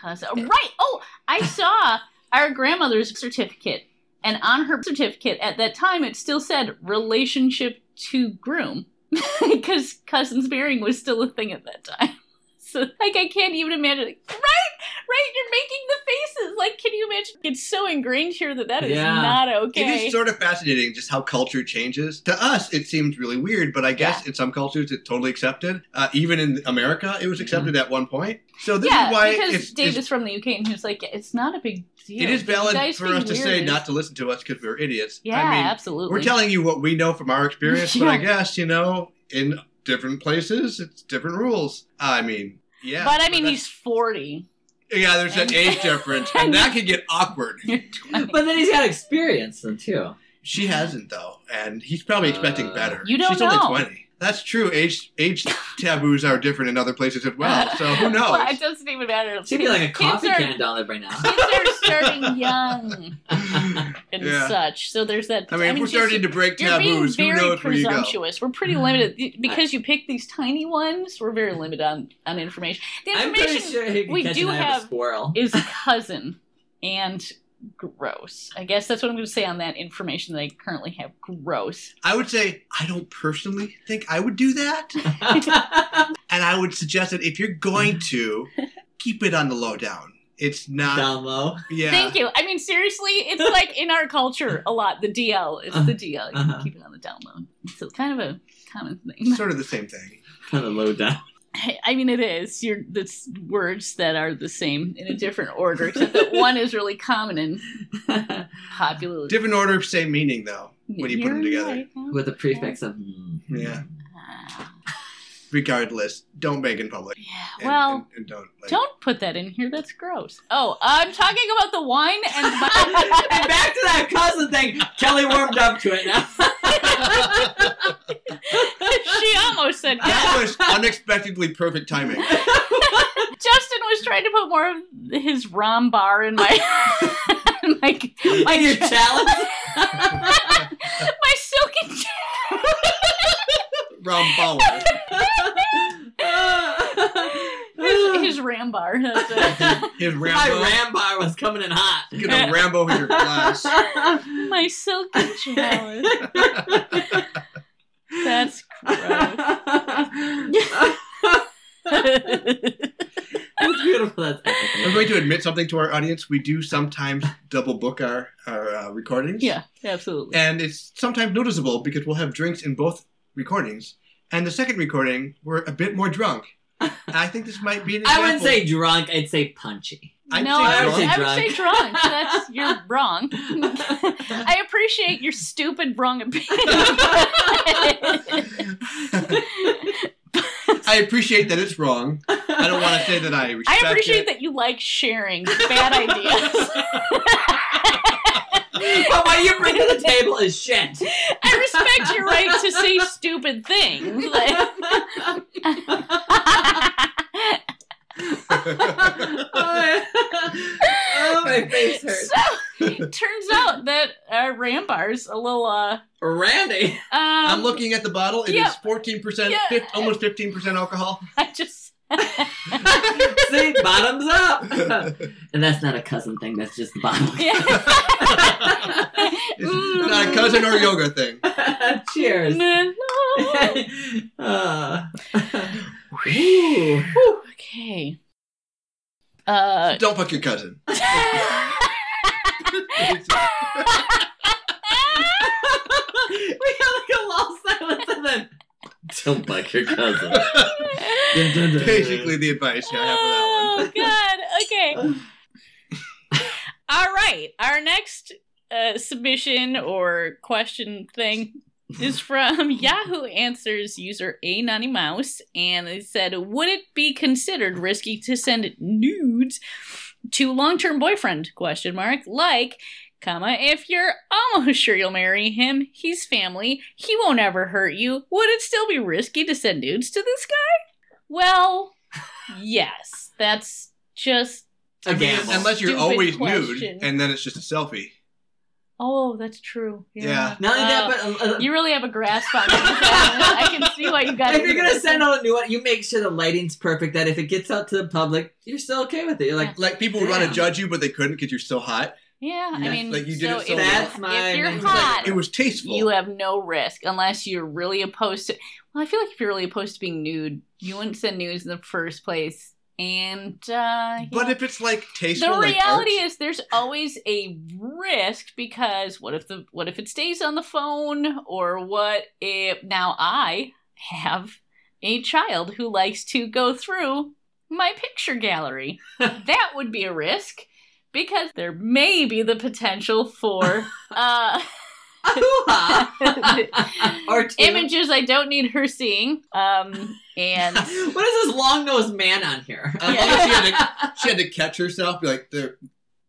[SPEAKER 1] cousin- oh, right. Oh, I saw our grandmother's certificate, and on her certificate at that time, it still said relationship to groom, because cousins bearing was still a thing at that time. So, like, I can't even imagine. Right, right ma- you're making the faces. Like, can you imagine? It's so ingrained here that that is
[SPEAKER 2] Yeah.
[SPEAKER 1] not
[SPEAKER 3] It
[SPEAKER 1] okay.
[SPEAKER 3] is sort of fascinating just how culture changes. To us, it seems really weird, but I guess in some cultures it's totally accepted. Uh, even in America, it was accepted at one point. So this
[SPEAKER 1] Mm-hmm. yeah,
[SPEAKER 3] is why
[SPEAKER 1] because
[SPEAKER 3] it's,
[SPEAKER 1] Dave
[SPEAKER 3] it's,
[SPEAKER 1] is from the UK and he was like, yeah, it's not a big deal.
[SPEAKER 3] it is valid
[SPEAKER 1] Guys
[SPEAKER 3] for
[SPEAKER 1] being
[SPEAKER 3] us to say
[SPEAKER 1] weird
[SPEAKER 3] not
[SPEAKER 1] is-
[SPEAKER 3] to listen to us because we're idiots.
[SPEAKER 1] Yeah,
[SPEAKER 3] I mean,
[SPEAKER 1] absolutely.
[SPEAKER 3] we're telling you what we know from our experience, but I
[SPEAKER 1] Yeah.
[SPEAKER 3] guess, you know, in different places, it's different rules. I mean, yeah.
[SPEAKER 1] but I mean,
[SPEAKER 3] that's-
[SPEAKER 1] he's 40.
[SPEAKER 3] Yeah, there's an
[SPEAKER 1] and-
[SPEAKER 3] age difference, and that could get awkward.
[SPEAKER 2] But then he's got experience then too.
[SPEAKER 3] She hasn't though, and he's probably expecting
[SPEAKER 2] Uh,
[SPEAKER 3] better.
[SPEAKER 1] Mm-hmm. you don't
[SPEAKER 3] She's
[SPEAKER 1] know.
[SPEAKER 3] only twenty. That's true. Age age taboos are different in other places as well. So who knows?
[SPEAKER 1] well, it doesn't even matter.
[SPEAKER 2] She'd be like a coffee
[SPEAKER 1] kids are-
[SPEAKER 2] can down there by now.
[SPEAKER 1] Kids are starting young
[SPEAKER 3] I
[SPEAKER 1] and
[SPEAKER 3] Yeah.
[SPEAKER 1] such, so there's that.
[SPEAKER 3] mean, if we're
[SPEAKER 1] just-
[SPEAKER 3] starting to break
[SPEAKER 1] You're being
[SPEAKER 3] taboos, who
[SPEAKER 1] very
[SPEAKER 3] knows where you go?
[SPEAKER 1] presumptuous. We're pretty
[SPEAKER 2] Mm-hmm.
[SPEAKER 1] limited The- because you pick these tiny ones. We're very limited on, on information. The
[SPEAKER 2] I'm pretty
[SPEAKER 1] information
[SPEAKER 2] sure he can
[SPEAKER 1] we
[SPEAKER 2] catch
[SPEAKER 1] do
[SPEAKER 2] an eye of a
[SPEAKER 1] have-
[SPEAKER 2] squirrel.
[SPEAKER 1] is cousin and gross. I guess that's what I'm going to say on that information that I currently have. Gross.
[SPEAKER 3] I would say I don't personally think I would do that, and I would suggest that if you're going to, keep it on the low down. It's not.
[SPEAKER 2] Down low.
[SPEAKER 3] Yeah.
[SPEAKER 1] Thank you. I mean, seriously, it's like in our culture a lot. The DL. It's the DL. You
[SPEAKER 2] Uh-huh.
[SPEAKER 1] keep it on the down low. So it's kind of a common thing.
[SPEAKER 3] It's Sort of the same thing.
[SPEAKER 2] Kind of low down.
[SPEAKER 1] I mean, it is. You're, it's words that are the same in a different order, except that one is really common and popular.
[SPEAKER 3] Different order, same meaning though. When you put them
[SPEAKER 1] You're
[SPEAKER 3] together.
[SPEAKER 1] right.
[SPEAKER 2] With a prefix of. mm.
[SPEAKER 3] Yeah.
[SPEAKER 1] Ah,
[SPEAKER 3] Regardless, don't beg in public.
[SPEAKER 1] yeah.
[SPEAKER 3] And,
[SPEAKER 1] Well,
[SPEAKER 3] and, and don't. Like,
[SPEAKER 1] don't put that in here. That's gross. Oh, I'm talking about the wine and
[SPEAKER 2] and
[SPEAKER 1] my-
[SPEAKER 2] back to that cousin thing. Kelly warmed up to it now.
[SPEAKER 1] she almost said
[SPEAKER 3] That
[SPEAKER 1] yes.
[SPEAKER 3] was unexpectedly perfect timing.
[SPEAKER 1] Justin was trying to put more of his rom bar in my in my, my,
[SPEAKER 2] Like your challenge.
[SPEAKER 1] my silken
[SPEAKER 3] Rum Bauer.
[SPEAKER 1] his, his rambar. That's it.
[SPEAKER 3] His
[SPEAKER 2] My
[SPEAKER 3] Rambo.
[SPEAKER 2] ram bar was coming in hot.
[SPEAKER 3] Get a Rambo in your glass.
[SPEAKER 1] my silken chalice. That's gross.
[SPEAKER 2] That's beautiful. That's epic.
[SPEAKER 3] I'm going to admit something to our audience. We do sometimes double book our, our uh, recordings.
[SPEAKER 1] yeah, absolutely.
[SPEAKER 3] And it's sometimes noticeable because we'll have drinks in both recordings. And the second recording, we're a bit more drunk. I think this might be an
[SPEAKER 2] I
[SPEAKER 3] example.
[SPEAKER 2] wouldn't say drunk. I'd say punchy.
[SPEAKER 3] I'd
[SPEAKER 1] no,
[SPEAKER 3] say
[SPEAKER 1] I would,
[SPEAKER 3] drunk.
[SPEAKER 1] say, I would
[SPEAKER 2] Drunk.
[SPEAKER 1] say drunk. That's you're wrong. I appreciate your stupid wrong opinion.
[SPEAKER 3] I appreciate that it's wrong. I don't want to say that I
[SPEAKER 1] I
[SPEAKER 3] respect
[SPEAKER 1] appreciate
[SPEAKER 3] it.
[SPEAKER 1] that you like sharing bad ideas.
[SPEAKER 2] But what you bring to the table is shit.
[SPEAKER 1] I respect your right to say stupid things.
[SPEAKER 2] oh, my face hurts.
[SPEAKER 1] so, turns out that uh, Rambar's a little uh um,
[SPEAKER 2] Randy.
[SPEAKER 3] I'm looking at the bottle. It is
[SPEAKER 1] yeah.
[SPEAKER 3] 14%,
[SPEAKER 1] Yeah.
[SPEAKER 3] fif- almost 15% alcohol.
[SPEAKER 1] I just
[SPEAKER 2] See, bottoms up. and that's not a cousin thing. That's just the bottom.
[SPEAKER 1] yeah.
[SPEAKER 3] It's not a cousin or yoga thing.
[SPEAKER 2] Cheers.
[SPEAKER 1] Mm.
[SPEAKER 2] Uh, ooh.
[SPEAKER 1] Whew, okay. Uh,
[SPEAKER 3] Don't fuck your cousin.
[SPEAKER 2] we got like a long silence and then. Don't like your cousin.
[SPEAKER 1] Uh,
[SPEAKER 3] Basically, the advice I have for that
[SPEAKER 1] oh God.
[SPEAKER 3] one.
[SPEAKER 1] Okay. All right. Our next uh, submission or question thing is from Yahoo Answers user A Nanny Mouse, and they said, "Would it be considered risky to send nudes to long-term boyfriend?" Question mark. Like. Comma, if you're almost sure you'll marry him, he's family, he won't ever hurt you, would it still be risky to send nudes to this guy? Well, yes. That's just
[SPEAKER 2] A
[SPEAKER 3] I mean,
[SPEAKER 2] gamble.
[SPEAKER 3] unless you're
[SPEAKER 1] Stupid
[SPEAKER 3] always
[SPEAKER 1] question.
[SPEAKER 3] nude, and then it's just a selfie.
[SPEAKER 1] Oh, that's true.
[SPEAKER 3] Yeah.
[SPEAKER 2] Not only
[SPEAKER 1] Wow.
[SPEAKER 2] that, but uh, uh,
[SPEAKER 1] you really have a grasp on it. I can see why you got.
[SPEAKER 2] if you're gonna send out a new one, you make sure the lighting's perfect. That if it gets out to the public, you're still okay with it. You're like,
[SPEAKER 3] Like people would want to
[SPEAKER 2] Damn.
[SPEAKER 3] judge you, but they couldn't because you're so hot.
[SPEAKER 1] yeah, I
[SPEAKER 3] Yeah.
[SPEAKER 1] mean,
[SPEAKER 3] Like, you did
[SPEAKER 1] so
[SPEAKER 3] it so
[SPEAKER 1] if,
[SPEAKER 3] well.
[SPEAKER 2] That's my
[SPEAKER 1] if you're
[SPEAKER 2] mental-
[SPEAKER 1] hot,
[SPEAKER 3] It was tasteful.
[SPEAKER 1] you have no risk unless you're really opposed to. Well, I feel like if you're really opposed to being nude, you wouldn't send nudes in the first place, And uh,
[SPEAKER 3] But
[SPEAKER 1] yeah.
[SPEAKER 3] if it's like tasteful,
[SPEAKER 1] the
[SPEAKER 3] like
[SPEAKER 1] reality
[SPEAKER 3] art-
[SPEAKER 1] is there's always a risk because what if the what if it stays on the phone or what if now I have a child who likes to go through my picture gallery. that would be a risk because there may be the potential for uh
[SPEAKER 2] or two.
[SPEAKER 1] images I don't need her seeing. Um and
[SPEAKER 2] what is this long nosed man on here?
[SPEAKER 3] I love that she, had to, she had to catch herself, be like, they're,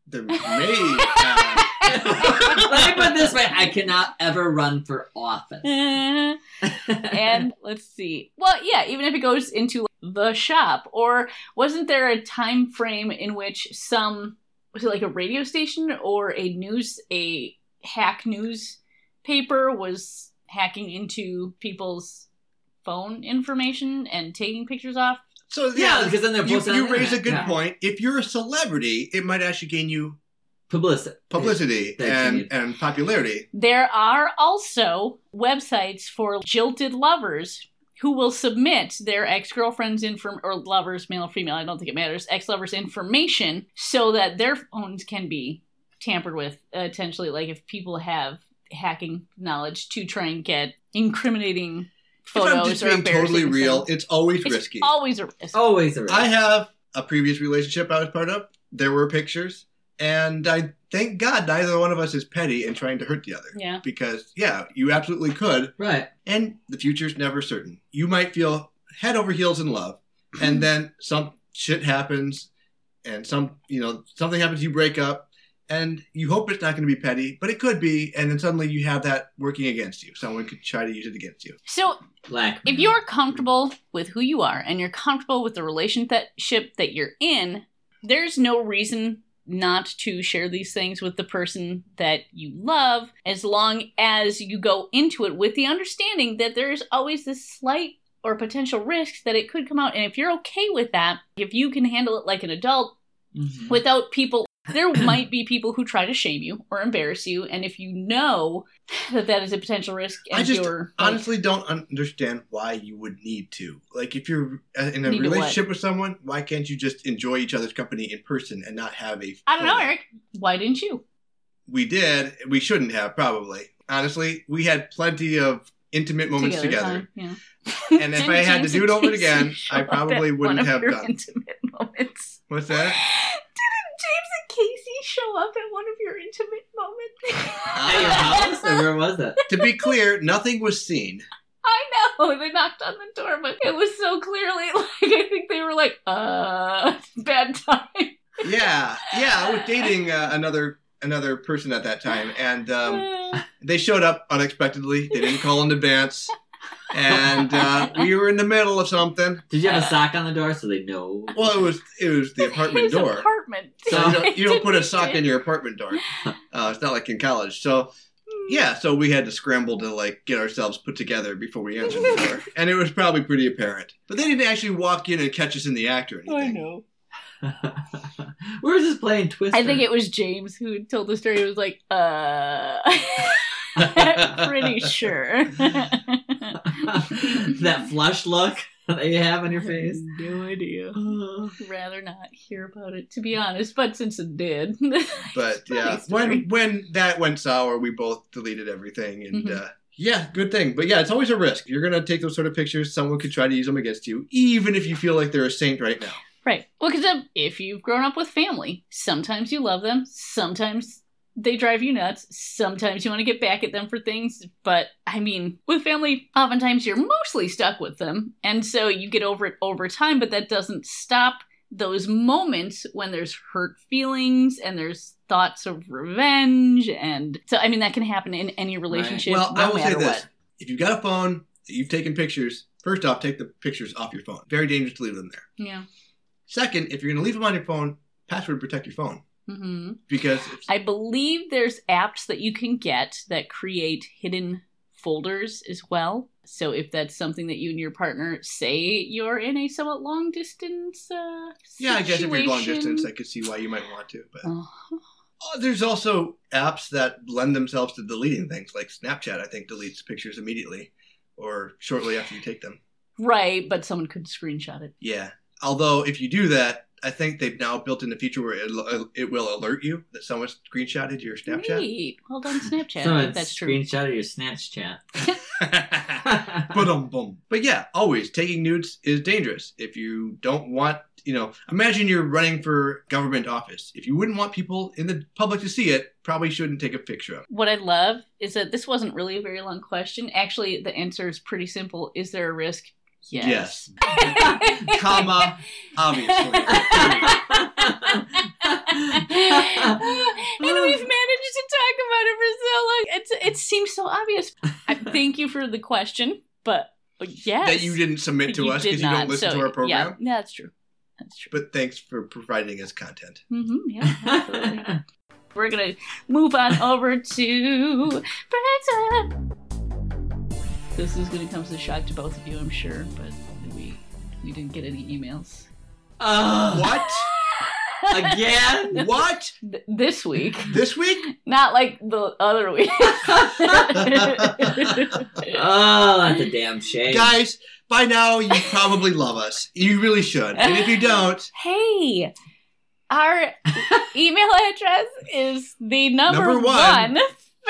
[SPEAKER 3] they're made. out of-"
[SPEAKER 2] Let me put it this way: I cannot ever run for office.
[SPEAKER 1] and let's see. Well, yeah, even if it goes into the shop, or wasn't there a time frame in which some was it like a radio station or a news a hack newspaper was hacking into people's phone information and taking pictures off?
[SPEAKER 3] so,
[SPEAKER 2] yeah,
[SPEAKER 3] yeah,
[SPEAKER 2] because then they're
[SPEAKER 3] you,
[SPEAKER 2] posted
[SPEAKER 3] you
[SPEAKER 2] on the
[SPEAKER 3] raise a
[SPEAKER 2] internet.
[SPEAKER 3] good
[SPEAKER 2] Yeah.
[SPEAKER 3] point. If you're a celebrity, it might actually gain you
[SPEAKER 2] Publicity.
[SPEAKER 3] publicity
[SPEAKER 2] Thank you.
[SPEAKER 3] and, and popularity.
[SPEAKER 1] There are also websites for jilted lovers who will submit their ex-girlfriend's inform or lovers, male or female, I don't think it matters, ex-lovers information so that their phones can be tampered with uh, potentially like if people have hacking knowledge to try and get incriminating
[SPEAKER 3] if I'm
[SPEAKER 1] photos
[SPEAKER 3] just
[SPEAKER 1] or
[SPEAKER 3] being
[SPEAKER 1] embarrassing
[SPEAKER 3] totally real,
[SPEAKER 1] things.
[SPEAKER 3] it's always
[SPEAKER 1] it's
[SPEAKER 3] risky. Oh.
[SPEAKER 1] always a risk.
[SPEAKER 2] Always a risk.
[SPEAKER 3] I have a previous relationship I was part of. There were pictures, and I thank God neither one of us is petty and trying to hurt the other.
[SPEAKER 1] Yeah.
[SPEAKER 3] Because yeah, you absolutely could,
[SPEAKER 2] right.
[SPEAKER 3] and the future's never certain. You might feel head over heels in love, and then some shit happens, and some you know something happens. You break up, and you hope it's not going to be petty, but it could be, and then suddenly you have that working against you. Someone could try to use it against you.
[SPEAKER 1] So
[SPEAKER 2] Black.
[SPEAKER 1] if you're comfortable with who you are and you're comfortable with the relationship that you're in, there's no reason not to share these things with the person that you love as long as you go into it with the understanding that there is always this slight or potential risk that it could come out and if you're okay with that if you can handle it like an adult
[SPEAKER 2] Mhm.
[SPEAKER 1] without people there might be people who try to shame you or embarrass you and if you know that that is a potential risk and
[SPEAKER 3] I just-
[SPEAKER 1] you're like,
[SPEAKER 3] honestly don't understand why you would need to. Like, if you're uh, in a
[SPEAKER 1] Need to what?
[SPEAKER 3] relationship with someone, why can't you just enjoy each other's company in person and not have a?
[SPEAKER 1] i don't know
[SPEAKER 3] photo?
[SPEAKER 1] eric why didn't you
[SPEAKER 3] We did. We shouldn't have probably. Honestly, we had plenty of intimate moments together.
[SPEAKER 1] Yeah.
[SPEAKER 3] And if I had to do it over again, I probably wouldn't have done.
[SPEAKER 1] intimate moments.
[SPEAKER 3] What's
[SPEAKER 1] Didn't James
[SPEAKER 3] that?
[SPEAKER 1] and Casey show up at one of your intimate moments?
[SPEAKER 2] at your house, or
[SPEAKER 1] I
[SPEAKER 2] where was it?
[SPEAKER 3] to be clear, nothing was seen.
[SPEAKER 1] know they knocked on the door, but it was so clearly like I think they were like, "Uh, bad time."
[SPEAKER 3] Yeah, yeah. I was dating uh, another another person at that time, and um, they showed up unexpectedly. They didn't call in advance. And uh, we were in the middle of something,
[SPEAKER 2] Did you have a
[SPEAKER 1] Uh,
[SPEAKER 2] sock on the door so they know?
[SPEAKER 3] Well, it was it was the apartment
[SPEAKER 1] His
[SPEAKER 3] door.
[SPEAKER 1] Apartment.
[SPEAKER 3] So you don't, you don't put a
[SPEAKER 1] Didn't
[SPEAKER 3] sock
[SPEAKER 1] they?
[SPEAKER 3] in your apartment door. Uh, it's not like in college. So yeah, so we had to scramble to like get ourselves put together before we answered the door, and it was probably pretty apparent. But they didn't actually walk in and catch us in the act or
[SPEAKER 1] I
[SPEAKER 3] anything.
[SPEAKER 1] know.
[SPEAKER 2] Where was this playing Twister?
[SPEAKER 1] I think it was James who told the story. He was like, "Uh." Pretty sure.
[SPEAKER 2] that flush look that you have on your face.
[SPEAKER 1] No idea.
[SPEAKER 2] Uh,
[SPEAKER 1] Rather not hear about it, to be honest. But since it did, Funny
[SPEAKER 3] But yeah,
[SPEAKER 1] story.
[SPEAKER 3] when when that went sour, we both deleted everything and.
[SPEAKER 1] Mhm.
[SPEAKER 3] uh yeah, good thing. But yeah, it's always a risk. You're going to take those sort of pictures. Someone could try to use them against you, even if you feel like they're a saint right now.
[SPEAKER 1] right? Well, because if you've grown up with family, sometimes you love them, sometimes they drive you nuts, sometimes you want to get back at them for things. But I mean, with family, oftentimes you're mostly stuck with them, and so you get over it over time. But that doesn't stop those moments when there's hurt feelings and there's thoughts of revenge and so i mean that can happen in any relationship
[SPEAKER 3] Well,
[SPEAKER 1] no
[SPEAKER 3] I will say
[SPEAKER 1] matter
[SPEAKER 3] this:
[SPEAKER 1] what
[SPEAKER 3] if you've got a phone that you've taken pictures, first off, take the pictures off your phone. Very dangerous to leave them there.
[SPEAKER 1] yeah
[SPEAKER 3] Second, if you're going to leave them on your phone, password protect your phone
[SPEAKER 1] hmm
[SPEAKER 3] because if,
[SPEAKER 1] I believe there's apps that you can get that create hidden folders as well. So if that's something that you and your partner say you're in a somewhat long distance, uh,
[SPEAKER 3] yeah, I guess if you're long
[SPEAKER 1] situation-
[SPEAKER 3] distance, I could see why you might want to. But
[SPEAKER 1] Uh-huh.
[SPEAKER 3] Oh, there's also apps that lend themselves to deleting things, like Snapchat. I think deletes pictures immediately or shortly after you take them.
[SPEAKER 1] right, but someone could screenshot it.
[SPEAKER 3] Yeah. Although, if you do that, I think they've now built in the future where it, it will alert you that someone screenshotted your Snapchat.
[SPEAKER 1] Neat. Well done, Snapchat. I
[SPEAKER 2] Someone
[SPEAKER 1] think that's true.
[SPEAKER 2] screenshot of your Snapchat.
[SPEAKER 3] but um, boom. But yeah, always taking nudes is dangerous. If you don't want, you know, imagine you're running for government office. If you wouldn't want people in the public to see it, probably shouldn't take a picture of. it.
[SPEAKER 1] What I love is that this wasn't really a very long question. Actually, the answer is pretty simple. Is there a risk? Yes.
[SPEAKER 3] Comma, obviously.
[SPEAKER 1] and we've managed to talk about it for so long. It's, it seems so obvious. I thank you for the question, but yes.
[SPEAKER 3] That you didn't submit to
[SPEAKER 1] You
[SPEAKER 3] us
[SPEAKER 1] did
[SPEAKER 3] because you
[SPEAKER 1] not,
[SPEAKER 3] don't listen
[SPEAKER 1] so,
[SPEAKER 3] to our program.
[SPEAKER 1] Yeah, no, that's true. That's true.
[SPEAKER 3] But thanks for providing us content.
[SPEAKER 1] hmm yeah, absolutely. We're going to move on over to Brexit. This is going to come as a shock to both of you, I'm sure, but we we didn't get any emails.
[SPEAKER 2] Ugh,
[SPEAKER 3] What?
[SPEAKER 2] again?
[SPEAKER 3] what?
[SPEAKER 1] Th- this week,
[SPEAKER 3] This week?
[SPEAKER 1] not like the other week.
[SPEAKER 2] Oh, that's a damn shame.
[SPEAKER 3] Guys, by now you probably love us. You really should. And if you don't,
[SPEAKER 1] hey, our email address is the number,
[SPEAKER 3] Number
[SPEAKER 1] one,
[SPEAKER 3] one,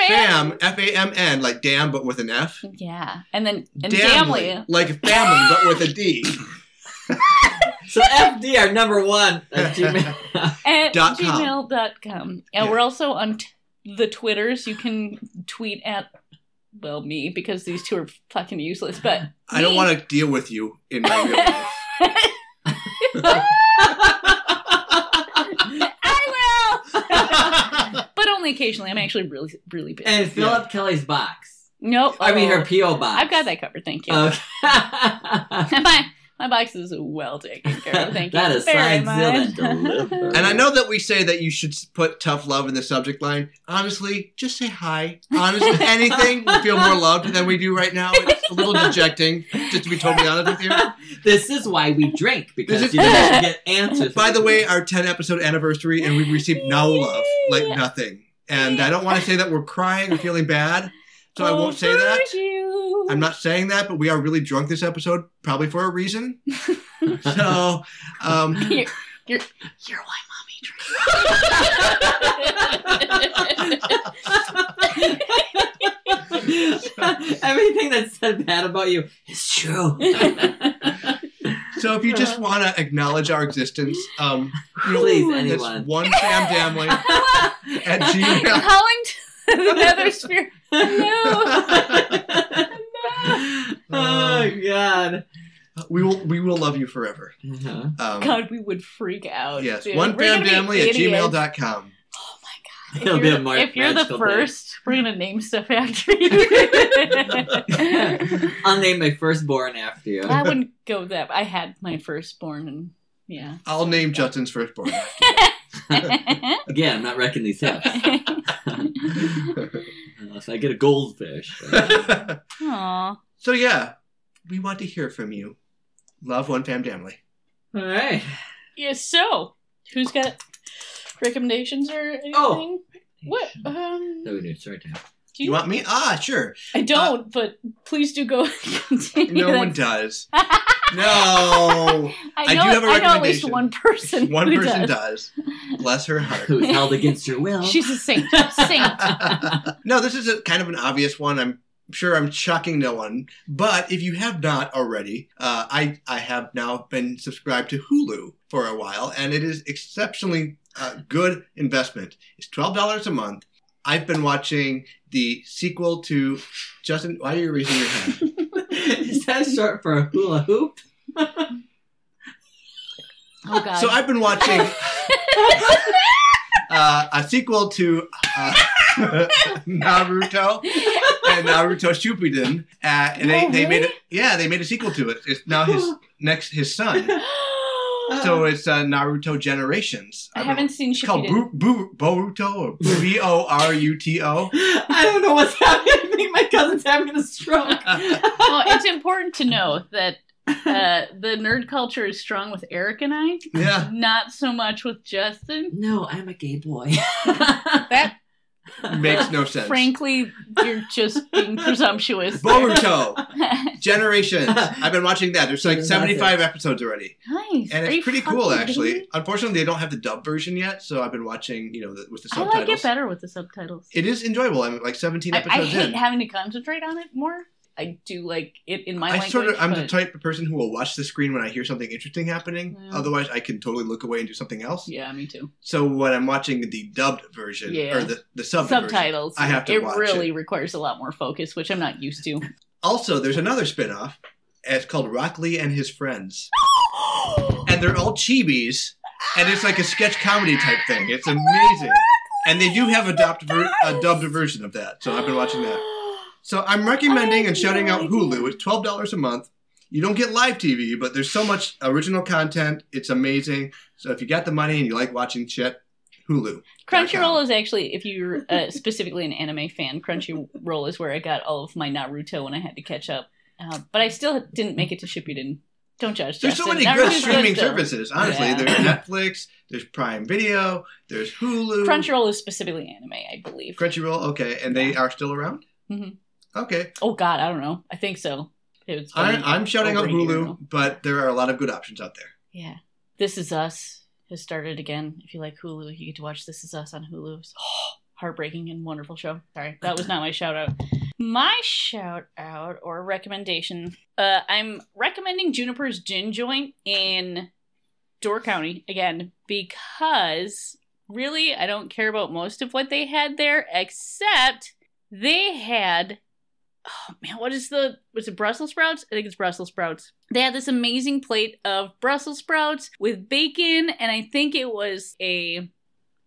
[SPEAKER 3] fam, F A M N, like damn but with an F.
[SPEAKER 1] Yeah, and then and
[SPEAKER 3] Damly,
[SPEAKER 1] Damly.
[SPEAKER 3] Like family but with a D.
[SPEAKER 2] So FD are number one. at Gmail.
[SPEAKER 1] at
[SPEAKER 3] Dot com.
[SPEAKER 1] gmail.com. And
[SPEAKER 3] Yeah.
[SPEAKER 1] we're also on t- the Twitters. You can tweet at, well, me, because these two are fucking useless, but
[SPEAKER 3] I don't want to deal with you in my real life.
[SPEAKER 1] I will! but only occasionally. I'm actually really, really busy.
[SPEAKER 2] and fill up Kelly's box.
[SPEAKER 1] nope.
[SPEAKER 2] I mean her
[SPEAKER 1] oh,
[SPEAKER 2] PO box.
[SPEAKER 1] I've got that covered. Thank you.
[SPEAKER 3] Uh,
[SPEAKER 2] Okay.
[SPEAKER 1] my, my box is well taken care of. Thank you.
[SPEAKER 2] That is
[SPEAKER 1] very
[SPEAKER 2] signed,
[SPEAKER 1] much.
[SPEAKER 2] sealed, and delivered.
[SPEAKER 3] And I know that we say that you should put tough love in the subject line. Honestly, just say hi. Honestly, anything will feel more loved than we do right now. It's a little dejecting, just to be totally honest with you.
[SPEAKER 2] this is why we drink because
[SPEAKER 3] This is-
[SPEAKER 2] you don't get answers.
[SPEAKER 3] By the way, our 10 episode anniversary, and we've received no love, like nothing. And I don't want to say that we're crying or feeling bad, so I won't say that.
[SPEAKER 1] Over you.
[SPEAKER 3] I'm not saying that, but we are really drunk this episode, probably for a reason. so, um,
[SPEAKER 1] You're why mommy
[SPEAKER 2] everything that's said bad about you is true.
[SPEAKER 3] so if you just want to acknowledge our existence, um, you know,
[SPEAKER 2] Please,
[SPEAKER 3] that's
[SPEAKER 2] anyone.
[SPEAKER 3] one fam damn at Gmail.
[SPEAKER 1] Calling to the nether sphere. No. no.
[SPEAKER 2] oh
[SPEAKER 1] Um,
[SPEAKER 2] God.
[SPEAKER 3] We will we will love you forever.
[SPEAKER 2] Uh-huh.
[SPEAKER 3] Um,
[SPEAKER 1] God, we would freak out.
[SPEAKER 3] yes,
[SPEAKER 1] dude.
[SPEAKER 3] one
[SPEAKER 1] We're
[SPEAKER 3] fam
[SPEAKER 1] gonna be
[SPEAKER 3] damn at
[SPEAKER 1] idiots.
[SPEAKER 3] gmail.com.
[SPEAKER 1] Oh my God.
[SPEAKER 2] It'll
[SPEAKER 1] If
[SPEAKER 2] be
[SPEAKER 1] you're,
[SPEAKER 2] a
[SPEAKER 1] the-
[SPEAKER 2] mar-
[SPEAKER 1] if you're the
[SPEAKER 2] magical day.
[SPEAKER 1] first, we're going to name stuff after you.
[SPEAKER 2] I'll name my firstborn after you.
[SPEAKER 1] I wouldn't go that. I had my firstborn, and yeah.
[SPEAKER 3] I'll name Justin's firstborn.
[SPEAKER 2] Again, I'm not wrecking these hips. Unless I get a goldfish.
[SPEAKER 1] Aw.
[SPEAKER 3] so yeah, we want to hear from you. Love one fam damly.
[SPEAKER 2] All right.
[SPEAKER 1] Yes. So, who's got recommendations or anything?
[SPEAKER 2] Oh.
[SPEAKER 1] What? Um,
[SPEAKER 2] So we do story time.
[SPEAKER 1] do
[SPEAKER 3] You
[SPEAKER 1] you?
[SPEAKER 3] want me? Ah, sure.
[SPEAKER 1] I don't, but please do go continue.
[SPEAKER 3] No
[SPEAKER 1] that.
[SPEAKER 3] one does. No,
[SPEAKER 1] I, know,
[SPEAKER 3] do have a
[SPEAKER 1] I know at least
[SPEAKER 3] recommendation.
[SPEAKER 1] one person.
[SPEAKER 3] one
[SPEAKER 1] who
[SPEAKER 3] person
[SPEAKER 1] does.
[SPEAKER 3] does. Bless her heart.
[SPEAKER 2] Who's held against your will?
[SPEAKER 1] She's a saint. Saint.
[SPEAKER 3] no, this is a kind of an obvious one. I'm sure I'm shocking no one, but if you have not already, uh, I I have now been subscribed to Hulu for a while, and it is exceptionally uh, good investment. It's twelve dollars a month. I've been watching the sequel to Justin. Why are you raising your hand?
[SPEAKER 2] Is that short for a hula hoop?
[SPEAKER 1] Oh God.
[SPEAKER 3] So I've been watching uh, a sequel to uh, Naruto. and Naruto Shippuden, uh, and they,
[SPEAKER 1] No
[SPEAKER 3] they made
[SPEAKER 1] way.
[SPEAKER 3] it. Yeah, they made a sequel to it. It's now his next his
[SPEAKER 2] Uh,
[SPEAKER 3] son. So it's uh, Naruto Generations.
[SPEAKER 1] Uh-huh. I
[SPEAKER 3] don't
[SPEAKER 1] haven't
[SPEAKER 3] know.
[SPEAKER 1] seen
[SPEAKER 3] It's called
[SPEAKER 1] Shippuden.
[SPEAKER 3] Bu- Bu- Boruto or B O R U T O.
[SPEAKER 2] I don't know what's happening. I think my cousin's having a stroke.
[SPEAKER 1] well, it's important to know that uh, the nerd culture is strong with Eric and I,
[SPEAKER 3] Yeah.
[SPEAKER 1] not so much with Justin.
[SPEAKER 2] no, I'm a gay boy.
[SPEAKER 1] That
[SPEAKER 3] makes no sense.
[SPEAKER 1] Frankly, you're just being presumptuous.
[SPEAKER 3] Boruto Generations. I've been watching that. There's like
[SPEAKER 2] Massive.
[SPEAKER 3] 75 episodes already,
[SPEAKER 1] nice.
[SPEAKER 3] and
[SPEAKER 1] Are you
[SPEAKER 3] it's pretty cool
[SPEAKER 1] fucking
[SPEAKER 3] actually.
[SPEAKER 1] kidding me?
[SPEAKER 3] Unfortunately, they don't have the dub version yet, so I've been watching, you know, the, with the
[SPEAKER 1] I
[SPEAKER 3] subtitles.
[SPEAKER 1] like it better with the subtitles.
[SPEAKER 3] It is enjoyable. I'm like 17
[SPEAKER 1] I, I
[SPEAKER 3] episodes
[SPEAKER 1] hate
[SPEAKER 3] in.
[SPEAKER 1] having to concentrate on it more. I do like it in my
[SPEAKER 3] I
[SPEAKER 1] language.
[SPEAKER 3] sort of I'm the
[SPEAKER 1] but-
[SPEAKER 3] type of person who will watch the screen when I hear something interesting happening.
[SPEAKER 1] Yeah.
[SPEAKER 3] Otherwise, I can totally look away and do something else.
[SPEAKER 1] yeah, me too.
[SPEAKER 3] So when I'm watching the dubbed version
[SPEAKER 1] Yeah.
[SPEAKER 3] or the the subbed version,
[SPEAKER 1] Subtitles.
[SPEAKER 3] I have to
[SPEAKER 1] It
[SPEAKER 3] watch
[SPEAKER 1] really requires a lot more focus, which I'm not used to.
[SPEAKER 3] also there's another spin-off. and It's called Rock Lee and His Friends, and they're all chibis, and it's like a sketch comedy type thing. It's amazing. And they do have a dubbed, ver- a dubbed version of that, so I've been watching that. So I'm recommending
[SPEAKER 1] I
[SPEAKER 3] and shouting
[SPEAKER 1] have
[SPEAKER 3] out
[SPEAKER 1] no idea.
[SPEAKER 3] Hulu. It's twelve dollars a month. You don't get live TV, but there's so much original content. It's amazing. So if you got the money and you like watching shit, Hulu.
[SPEAKER 1] Crunchyroll is actually, if you're uh, specifically an anime fan, Crunchyroll is where I got all of my Naruto when I had to catch up. Uh, but I still didn't make it to Shippuden. Don't judge.
[SPEAKER 3] There's so
[SPEAKER 1] Justin.
[SPEAKER 3] many
[SPEAKER 1] Naruto's
[SPEAKER 3] good streaming
[SPEAKER 1] though.
[SPEAKER 3] services. Honestly,
[SPEAKER 1] Yeah.
[SPEAKER 3] there's Netflix, there's Prime Video, there's Hulu,
[SPEAKER 1] Crunchyroll is specifically anime, I believe.
[SPEAKER 3] Crunchyroll. Okay, and they are still around.
[SPEAKER 1] Mhm.
[SPEAKER 3] Okay,
[SPEAKER 1] Oh God, I don't know. I think so. It's been
[SPEAKER 3] I, I'm shouting
[SPEAKER 1] over a
[SPEAKER 3] out
[SPEAKER 1] year
[SPEAKER 3] Hulu,
[SPEAKER 1] now.
[SPEAKER 3] but there are a lot of good options out there.
[SPEAKER 1] Yeah, This Is Us has started again. If you like Hulu, you get to watch This Is Us on Hulu. It's heartbreaking and wonderful show. Sorry, that was not my shout out. My shout out or recommendation. Uh, I'm recommending Juniper's Gin Joint in Door County again because really I don't care about most of what they had there except they had oh man what is the was it Brussels sprouts? I think it's Brussels sprouts. They had this amazing plate of Brussels sprouts with bacon and I think it was a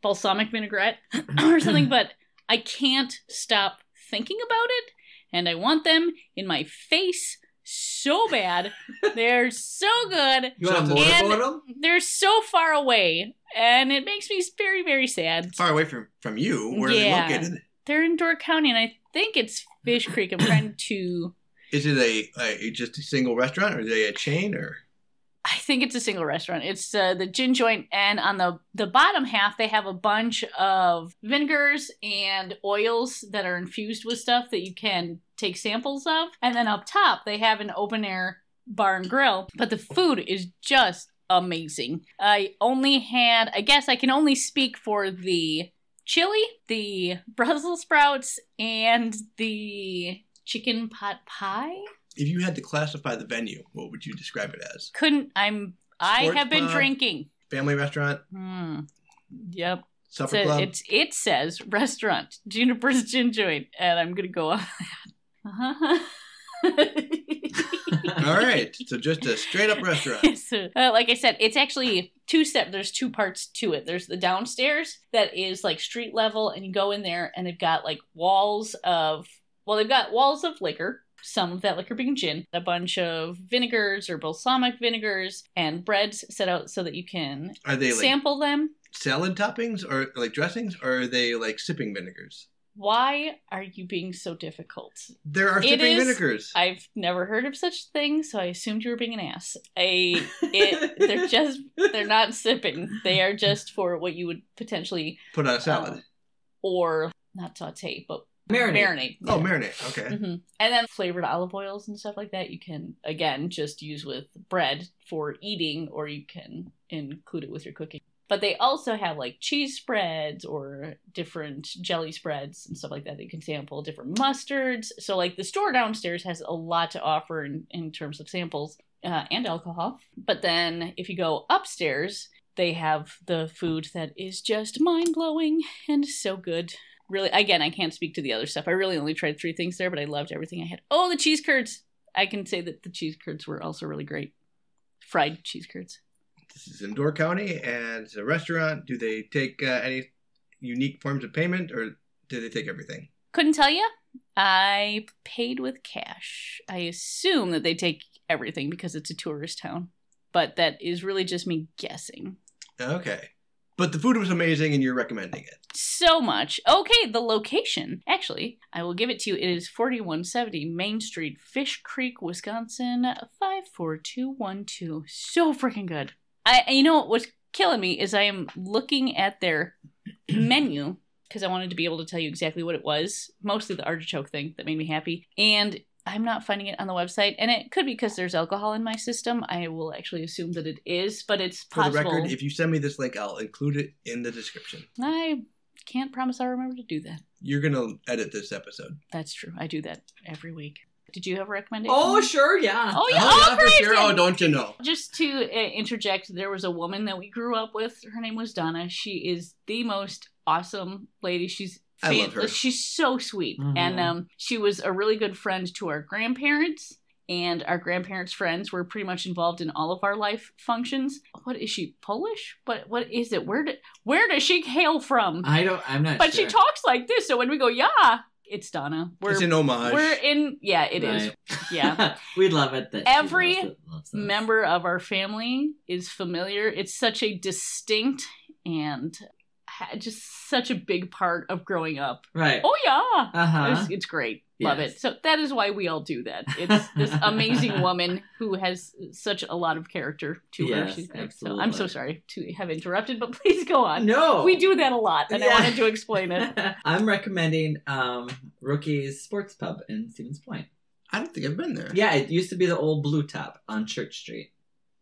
[SPEAKER 1] balsamic vinaigrette or something but I can't stop thinking about it and I want them in my face so bad. They're so good
[SPEAKER 2] You want to
[SPEAKER 3] Something-
[SPEAKER 2] motorboat them?
[SPEAKER 1] they're so far away and it makes me very very sad
[SPEAKER 3] Far away from from you, where
[SPEAKER 1] Yeah.
[SPEAKER 3] are they located?
[SPEAKER 1] they're in door county and i think it's fish creek i'm trying to
[SPEAKER 3] Is it a, a just a single restaurant, or is it a chain, or?
[SPEAKER 1] i think it's a single restaurant it's uh, the gin joint and on the the bottom half they have a bunch of vinegars and oils that are infused with stuff that you can take samples of and then up top they have an open air bar and grill but the food is just amazing i only had i guess i can only speak for the chili, the Brussels sprouts, and the chicken pot pie.
[SPEAKER 3] if you had to classify the venue, what would you describe it as?
[SPEAKER 1] Couldn't I'm I
[SPEAKER 3] Sports
[SPEAKER 1] have been
[SPEAKER 3] bar.
[SPEAKER 1] drinking.
[SPEAKER 3] Family restaurant,
[SPEAKER 1] Hmm. Yep.
[SPEAKER 3] supper
[SPEAKER 1] So
[SPEAKER 3] club.
[SPEAKER 1] it's it says restaurant Juniper's Gin Joint, and I'm gonna go on that. Uh-huh.
[SPEAKER 3] All right, so just a straight up restaurant.
[SPEAKER 1] So, uh, like I said, it's actually two step. There's two parts to it. There's the downstairs that is like street level, and you go in there, and they've got like walls of well, they've got walls of liquor. Some of that liquor being gin, a bunch of vinegars or balsamic vinegars, and breads set out so that you can
[SPEAKER 3] Are they like
[SPEAKER 1] sample them.
[SPEAKER 3] salad toppings or like dressings, or are they like sipping vinegars?
[SPEAKER 1] Why are you being so difficult?
[SPEAKER 3] There are
[SPEAKER 1] It
[SPEAKER 3] sipping
[SPEAKER 1] is-
[SPEAKER 3] vinegars.
[SPEAKER 1] I've never heard of such a thing, so I assumed you were being an ass. I, it, they're just they're not sipping. They are just for what you would potentially
[SPEAKER 3] Put on a salad.
[SPEAKER 1] um, or not saute, but
[SPEAKER 2] Marinate.
[SPEAKER 1] marinate.
[SPEAKER 3] oh, marinade. Okay.
[SPEAKER 1] hmm And then flavored olive oils and stuff like that. You can again just use with bread for eating, or you can include it with your cooking. But they also have like cheese spreads or different jelly spreads and stuff like that that you can sample, different mustards. So, like, the store downstairs has a lot to offer in, in terms of samples uh, and alcohol. But then if you go upstairs, they have the food that is just mind blowing and so good. Really, again, I can't speak to the other stuff. I really only tried three things there, but I loved everything I had. Oh, the cheese curds! I can say that the cheese curds were also really great. Fried cheese curds.
[SPEAKER 3] This is in Door County, and it's a restaurant. Do they take uh, any unique forms of payment, or do they take everything?
[SPEAKER 1] Couldn't tell you. I paid with cash. I assume that they take everything because it's a tourist town, but that is really just me guessing.
[SPEAKER 3] Okay. But the food was amazing, and you're recommending it.
[SPEAKER 1] so much. Okay, the location. Actually, I will give it to you. It is 4170 Main Street, Fish Creek, Wisconsin 54212. So freaking good. I and you know what's killing me is I am looking at their menu because I wanted to be able to tell you exactly what it was. Mostly the artichoke thing that made me happy. And I'm not finding it on the website. And it could be because there's alcohol in my system. I will actually assume that it is, but it's
[SPEAKER 3] For the
[SPEAKER 1] possible.
[SPEAKER 3] record, if you send me this link, I'll include it in the description.
[SPEAKER 1] I can't promise I'll remember to do that.
[SPEAKER 3] You're gonna edit this episode.
[SPEAKER 1] That's true. I do that every week. Did you have a recommendation?
[SPEAKER 2] Oh, sure, yeah.
[SPEAKER 1] Oh, yeah. Oh,
[SPEAKER 3] for
[SPEAKER 1] great.
[SPEAKER 3] sure. Oh, don't you know?
[SPEAKER 1] Just to uh, interject, there was a woman that we grew up with. Her name was Donna. She is the most awesome lady. She's
[SPEAKER 3] I love her.
[SPEAKER 1] She's so sweet,
[SPEAKER 3] Mm-hmm.
[SPEAKER 2] Mhm.
[SPEAKER 1] and um, she was a really good friend to our grandparents. And our grandparents' friends were pretty much involved in all of our life functions. What is she Polish? What what is it? Where do, where does she hail from?
[SPEAKER 2] I don't. I'm not.
[SPEAKER 1] but she
[SPEAKER 2] sure.
[SPEAKER 1] talks like this, so when we go, yeah, it's Donna. We're
[SPEAKER 3] it's an homage.
[SPEAKER 1] we're in yeah, it is.
[SPEAKER 2] Right.
[SPEAKER 1] Yeah.
[SPEAKER 2] we love it. That she
[SPEAKER 1] Every
[SPEAKER 2] loves it- loves us.
[SPEAKER 1] member of our family is familiar. It's such a distinct and ha- just such a big part of growing up.
[SPEAKER 2] Right.
[SPEAKER 1] Oh yeah,
[SPEAKER 2] Uh huh.
[SPEAKER 1] it's, it's great. Love
[SPEAKER 2] Yes.
[SPEAKER 1] it. So that is why we all do that. It's this amazing woman who has such a lot of character to her.
[SPEAKER 2] Yes,
[SPEAKER 1] She's great. So
[SPEAKER 2] absolutely.
[SPEAKER 1] I'm so sorry to have interrupted, but please go on.
[SPEAKER 2] No.
[SPEAKER 1] We do that a lot, and I
[SPEAKER 2] Yeah.
[SPEAKER 1] wanted to explain it.
[SPEAKER 2] I'm recommending um, Rookie's Sports Pub in Stevens Point.
[SPEAKER 3] I don't think I've been there.
[SPEAKER 2] Yeah, it used to be the old Blue Top on Church Street.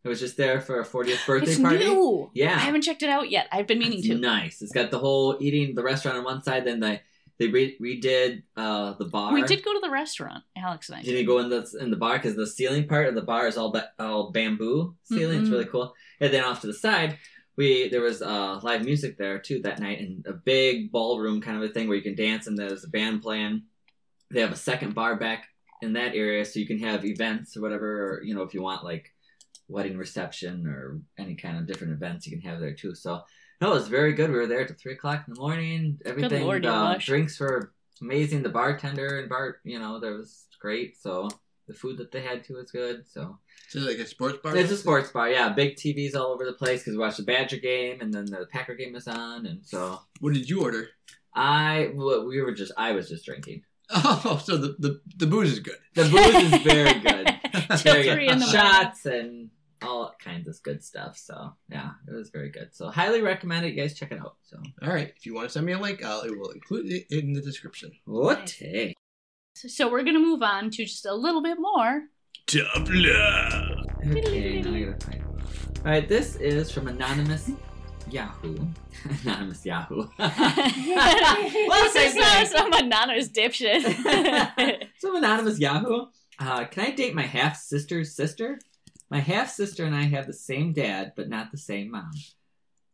[SPEAKER 2] It was just there for a 40th birthday
[SPEAKER 1] It's
[SPEAKER 2] party.
[SPEAKER 1] new. I
[SPEAKER 2] Yeah,
[SPEAKER 1] haven't checked it out yet. I've been meaning
[SPEAKER 2] it's
[SPEAKER 1] to.
[SPEAKER 2] nice. It's got the whole eating the restaurant on one side, then they they re- redid uh, the bar.
[SPEAKER 1] We did go to the restaurant, Alex and I.
[SPEAKER 2] Did you go in the in the bar because the ceiling part of the bar is all ba- all bamboo ceiling. It's
[SPEAKER 1] Mhm.
[SPEAKER 2] really cool. And then off to the side, we there was uh, live music there too that night, and a big ballroom kind of a thing where you can dance, and there's a band playing. They have a second bar back in that area, so you can have events or whatever. Or, you know, if you want like wedding reception or any kind of different events, you can have there too. So no, it was very good. We were there till three o'clock in the morning. Everything,
[SPEAKER 1] lord, you
[SPEAKER 2] uh,
[SPEAKER 1] lush.
[SPEAKER 2] drinks were amazing. The bartender and bar, you know, there was great. So the food that they had too was good. So
[SPEAKER 3] Is it like a sports bar?
[SPEAKER 2] it's a sports bar, yeah. Big TVs all over the place because we watched the Badger game and then the Packer game was on, and so
[SPEAKER 3] What did you order?
[SPEAKER 2] I well, we were just I was just drinking.
[SPEAKER 3] Oh, so the the, the booze is good.
[SPEAKER 2] The booze is very good.
[SPEAKER 1] Till
[SPEAKER 2] Very good.
[SPEAKER 1] three in the morning.
[SPEAKER 2] Shots and all kinds of good stuff. So yeah, it was very good. So highly recommend it. You guys check it out. So
[SPEAKER 3] All right. If you want to send me a link, I'll, I will include it in the description.
[SPEAKER 2] what? a-
[SPEAKER 1] So we're gonna move on to just a little bit more.
[SPEAKER 3] Tough love.
[SPEAKER 2] Okay, now I gotta find one. All right, this is from anonymous Yahoo. anonymous Yahoo.
[SPEAKER 1] well, this
[SPEAKER 2] same
[SPEAKER 1] is not
[SPEAKER 2] thing.
[SPEAKER 1] some anonymous dipshit.
[SPEAKER 2] Some anonymous Yahoo. Uh, can I date my half sister's sister? My half sister and I have the same dad, but not the same mom.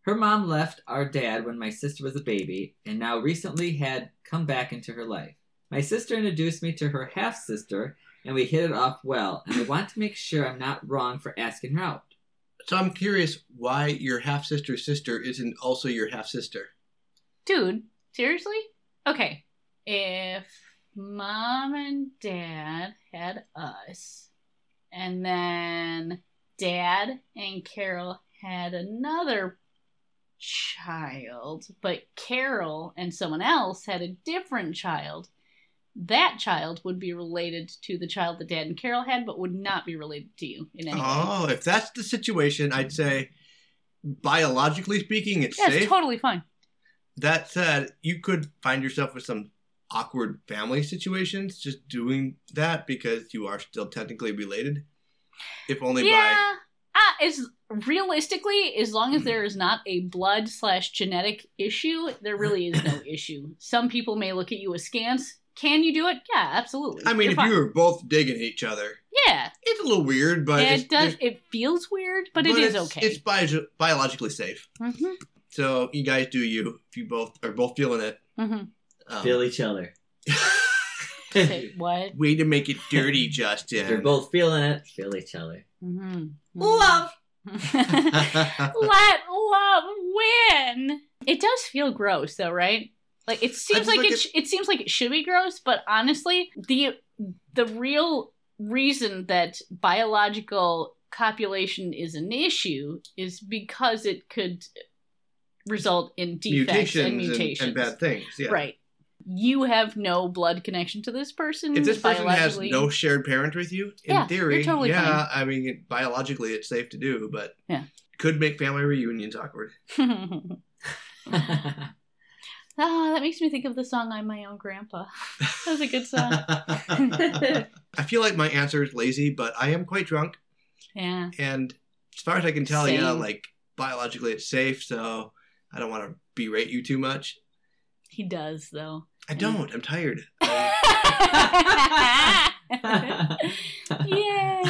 [SPEAKER 2] Her mom left our dad when my sister was a baby, and now recently had come back into her life. My sister introduced me to her half sister, and we hit it off well. And I want to make sure I'm not wrong for asking her out.
[SPEAKER 3] So I'm curious why your half sister's sister isn't also your half sister.
[SPEAKER 1] Dude, seriously? Okay. If mom and dad had us, and then dad and Carol had another child, but Carol and someone else had a different child. That child would be related to the child that Dad and Carol had, but would not be related to you in any way.
[SPEAKER 3] Oh, if that's the situation, I'd say biologically speaking, it's
[SPEAKER 1] Yeah, it's
[SPEAKER 3] safe.
[SPEAKER 1] totally fine.
[SPEAKER 3] that said, you could find yourself with some awkward family situations just doing that because you are still technically related, if only by.
[SPEAKER 1] Yeah. Uh, as realistically, as long
[SPEAKER 3] Hmm.
[SPEAKER 1] as there is not a blood slash genetic issue, there really is no issue. Some people may look at you askance. Can you do it? Yeah, absolutely.
[SPEAKER 3] I mean,
[SPEAKER 1] You're
[SPEAKER 3] if
[SPEAKER 1] fine.
[SPEAKER 3] you were both digging at each other,
[SPEAKER 1] yeah,
[SPEAKER 3] it's a little weird, but it's,
[SPEAKER 1] it does.
[SPEAKER 3] there's-
[SPEAKER 1] It feels weird, but, it is
[SPEAKER 3] it's-
[SPEAKER 1] okay.
[SPEAKER 3] It's bio- biologically safe.
[SPEAKER 1] Mhm,
[SPEAKER 3] So you guys do you. If you both are both feeling it,
[SPEAKER 1] mhm.
[SPEAKER 3] um,
[SPEAKER 2] Feel each other.
[SPEAKER 1] Say what?
[SPEAKER 3] way to make it dirty, Justin.
[SPEAKER 2] They're both feeling it. Feel each other.
[SPEAKER 1] Mhm, mhm.
[SPEAKER 3] ah.
[SPEAKER 1] Mm-hmm. Let love win. It does feel gross, though, right? Like it seems
[SPEAKER 3] just
[SPEAKER 1] like
[SPEAKER 3] look
[SPEAKER 1] it.
[SPEAKER 3] at-
[SPEAKER 1] Sh- it seems like it should be gross, but honestly, the the real reason that biological copulation is an issue is because it could result in defects
[SPEAKER 3] mutations
[SPEAKER 1] and mutations,
[SPEAKER 3] and bad things. Yeah.
[SPEAKER 1] right? You have no blood connection to this person.
[SPEAKER 3] If this person has
[SPEAKER 1] biologically.
[SPEAKER 3] no shared parent with you, in
[SPEAKER 1] Yeah,
[SPEAKER 3] theory,
[SPEAKER 1] you're totally
[SPEAKER 3] yeah, I mean, it- biologically it's safe to do, but
[SPEAKER 1] Yeah.
[SPEAKER 3] could make family reunions awkward.
[SPEAKER 1] Ah, that makes me think of the song "I'm My Own Grandpa." that was a good song.
[SPEAKER 2] I
[SPEAKER 3] I feel like my answer is lazy, but I am quite drunk,
[SPEAKER 1] yeah.
[SPEAKER 3] and as far as I can tell, yeah,
[SPEAKER 1] Same.
[SPEAKER 3] like biologically it's safe, so I don't want to berate you too much.
[SPEAKER 1] He does though.
[SPEAKER 3] I don't. I'm tired.
[SPEAKER 1] Yay.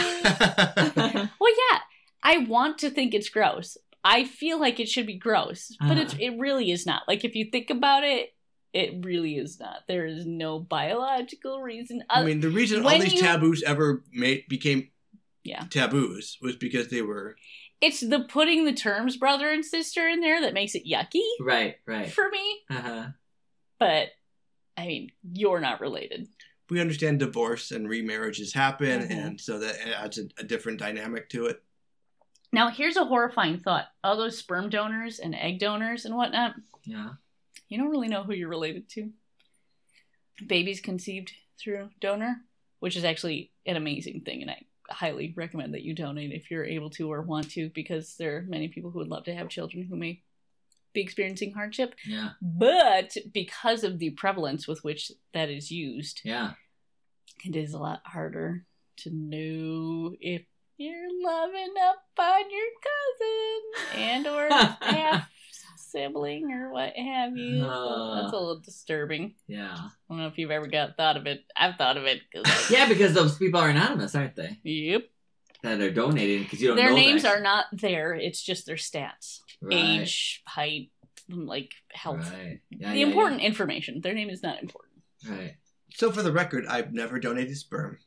[SPEAKER 1] Well, yeah, I want to think it's gross. I feel like it should be gross, but it's
[SPEAKER 3] Uh-huh.
[SPEAKER 1] it really is not. Like if you think about it, it really is not. There is no biological reason.
[SPEAKER 3] I mean, the reason all
[SPEAKER 1] Uh, when
[SPEAKER 3] these
[SPEAKER 1] you-
[SPEAKER 3] taboos ever made became
[SPEAKER 1] Yeah.
[SPEAKER 3] taboos was because they were
[SPEAKER 1] it's the putting the terms brother and sister in there that makes it yucky
[SPEAKER 2] right, right.
[SPEAKER 1] for me.
[SPEAKER 2] Uh-huh.
[SPEAKER 1] But I mean, you're not related.
[SPEAKER 3] we understand divorce and remarriages happen,
[SPEAKER 1] Mhm.
[SPEAKER 3] and so that adds a, a different dynamic to it.
[SPEAKER 1] Now, here's a horrifying thought: all those sperm donors and egg donors and whatnot,
[SPEAKER 2] Yeah.
[SPEAKER 1] you don't really know who you're related to. Babies conceived through donor, which is actually an amazing thing, and I highly recommend that you donate if you're able to or want to, because there are many people who would love to have children who may be experiencing hardship.
[SPEAKER 2] Yeah.
[SPEAKER 1] But because of the prevalence with which that is used,
[SPEAKER 2] Yeah.
[SPEAKER 1] it is a lot harder to know if you're loving up on your cousin and or half sibling or what have you. So that's a little disturbing.
[SPEAKER 2] Yeah.
[SPEAKER 1] I don't know if you've ever got thought of it. I've thought of it. 'cause I-
[SPEAKER 2] Yeah, because those people are anonymous, aren't they?
[SPEAKER 1] Yep.
[SPEAKER 2] That are donating because you don't
[SPEAKER 1] Their
[SPEAKER 2] know
[SPEAKER 1] names are not there. It's just their stats,
[SPEAKER 2] right.
[SPEAKER 1] age, height, like health.
[SPEAKER 2] Right. Yeah,
[SPEAKER 1] the
[SPEAKER 2] yeah,
[SPEAKER 1] important information. Their name is not important.
[SPEAKER 2] Yeah. Right.
[SPEAKER 3] So, for the record, I've never donated sperm.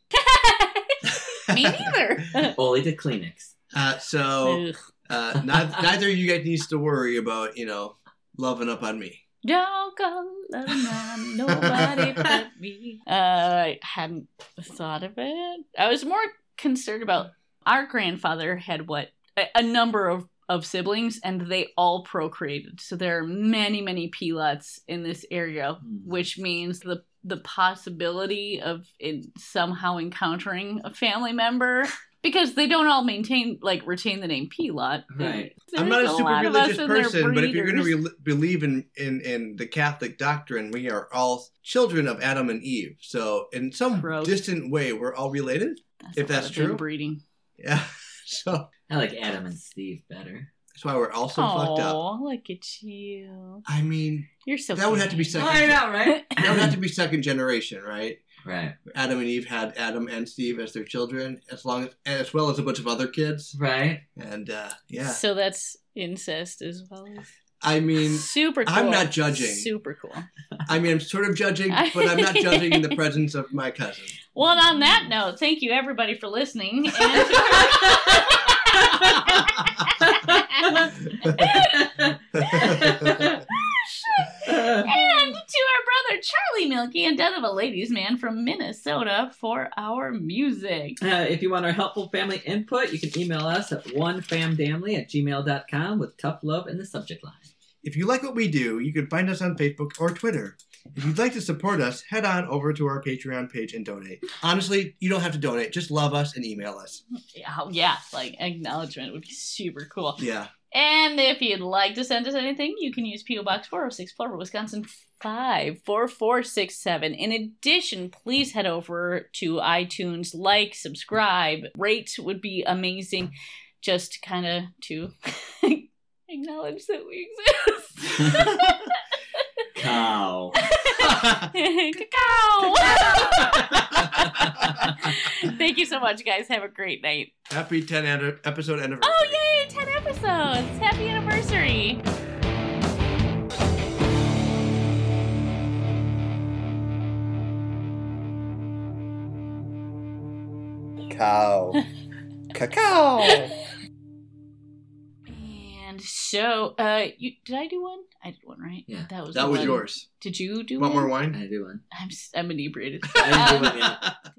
[SPEAKER 1] Me neither.
[SPEAKER 2] Only to Kleenex.
[SPEAKER 3] Uh, so,
[SPEAKER 1] Ugh.
[SPEAKER 3] uh, neither, neither of you guys needs to worry about you know loving up on me.
[SPEAKER 1] Don't go alone, nobody but me. Uh, I hadn't thought of it. I was more concerned about our grandfather had what a, a number of of siblings, and they all procreated. So there are many, many Pelots in this area,
[SPEAKER 2] Hmm.
[SPEAKER 1] which means the the possibility of in somehow encountering a family member because they don't all maintain like retain the name Pelot.
[SPEAKER 2] Right.
[SPEAKER 3] I'm not a
[SPEAKER 1] There's
[SPEAKER 3] super
[SPEAKER 1] lot of us
[SPEAKER 3] religious
[SPEAKER 1] in their
[SPEAKER 3] person, but if you're going to
[SPEAKER 1] breeders.
[SPEAKER 3] re- believe in, in in the Catholic doctrine, we are all children of Adam and Eve. So, in some
[SPEAKER 1] Gross.
[SPEAKER 3] distant way, we're all related.
[SPEAKER 1] That's
[SPEAKER 3] If
[SPEAKER 1] a lot
[SPEAKER 3] that's
[SPEAKER 1] of
[SPEAKER 3] true.
[SPEAKER 1] breeding.
[SPEAKER 3] Yeah. So
[SPEAKER 2] I like Adam and Steve better.
[SPEAKER 3] that's why we're all so fucked up.
[SPEAKER 1] Aw, look at you.
[SPEAKER 3] I mean,
[SPEAKER 1] You're so.
[SPEAKER 3] That would
[SPEAKER 1] cute.
[SPEAKER 3] have to be second.
[SPEAKER 2] I know, right?
[SPEAKER 3] that would have to be second generation, right?
[SPEAKER 2] right.
[SPEAKER 3] Adam and Eve had Adam and Steve as their children, as long as as well as a bunch of other kids.
[SPEAKER 2] Right.
[SPEAKER 3] And uh, yeah,
[SPEAKER 1] So that's incest as well. as-
[SPEAKER 3] I mean,
[SPEAKER 1] Super. cool.
[SPEAKER 3] I'm not judging.
[SPEAKER 1] Super cool.
[SPEAKER 3] I mean, I'm sort of judging, but I'm not judging in the presence of my cousin.
[SPEAKER 1] Well, and on that note, thank you everybody for listening. And And to our brother Charlie Milky and Death of a Ladies Man from Minnesota for our music.
[SPEAKER 2] Uh, if you want our helpful family input, you can email us at onefamdamly at gmail.com with tough love in the subject line.
[SPEAKER 3] If you like what we do, you can find us on Facebook or Twitter. If you'd like to support us, head on over to our Patreon page and donate. Honestly, you don't have to donate; just love us and email us.
[SPEAKER 1] Yeah, oh, yeah, like acknowledgement would be super cool.
[SPEAKER 3] Yeah,
[SPEAKER 1] And if you'd like to send us anything, you can use P.O. Box 406 Plover, Wisconsin 54467. In addition, please head over to iTunes, like, subscribe, rate would be amazing just kind of to acknowledge that we exist.
[SPEAKER 2] Cow.
[SPEAKER 1] Cacao! Thank you so much, guys. Have a great night.
[SPEAKER 3] happy 10 an- episode anniversary.
[SPEAKER 1] Oh, yay! 10 episodes! Happy anniversary!
[SPEAKER 3] Cow. Cacao.
[SPEAKER 1] And so, uh, you, did I do one? I did one, right?
[SPEAKER 2] Yeah.
[SPEAKER 1] that was
[SPEAKER 3] That
[SPEAKER 1] the
[SPEAKER 3] was
[SPEAKER 1] one.
[SPEAKER 3] yours.
[SPEAKER 1] Did you do
[SPEAKER 3] Want
[SPEAKER 1] one?
[SPEAKER 3] more wine?
[SPEAKER 2] I do one.
[SPEAKER 1] I'm s- I'm inebriated.
[SPEAKER 2] I do
[SPEAKER 1] Um,
[SPEAKER 2] one, yeah.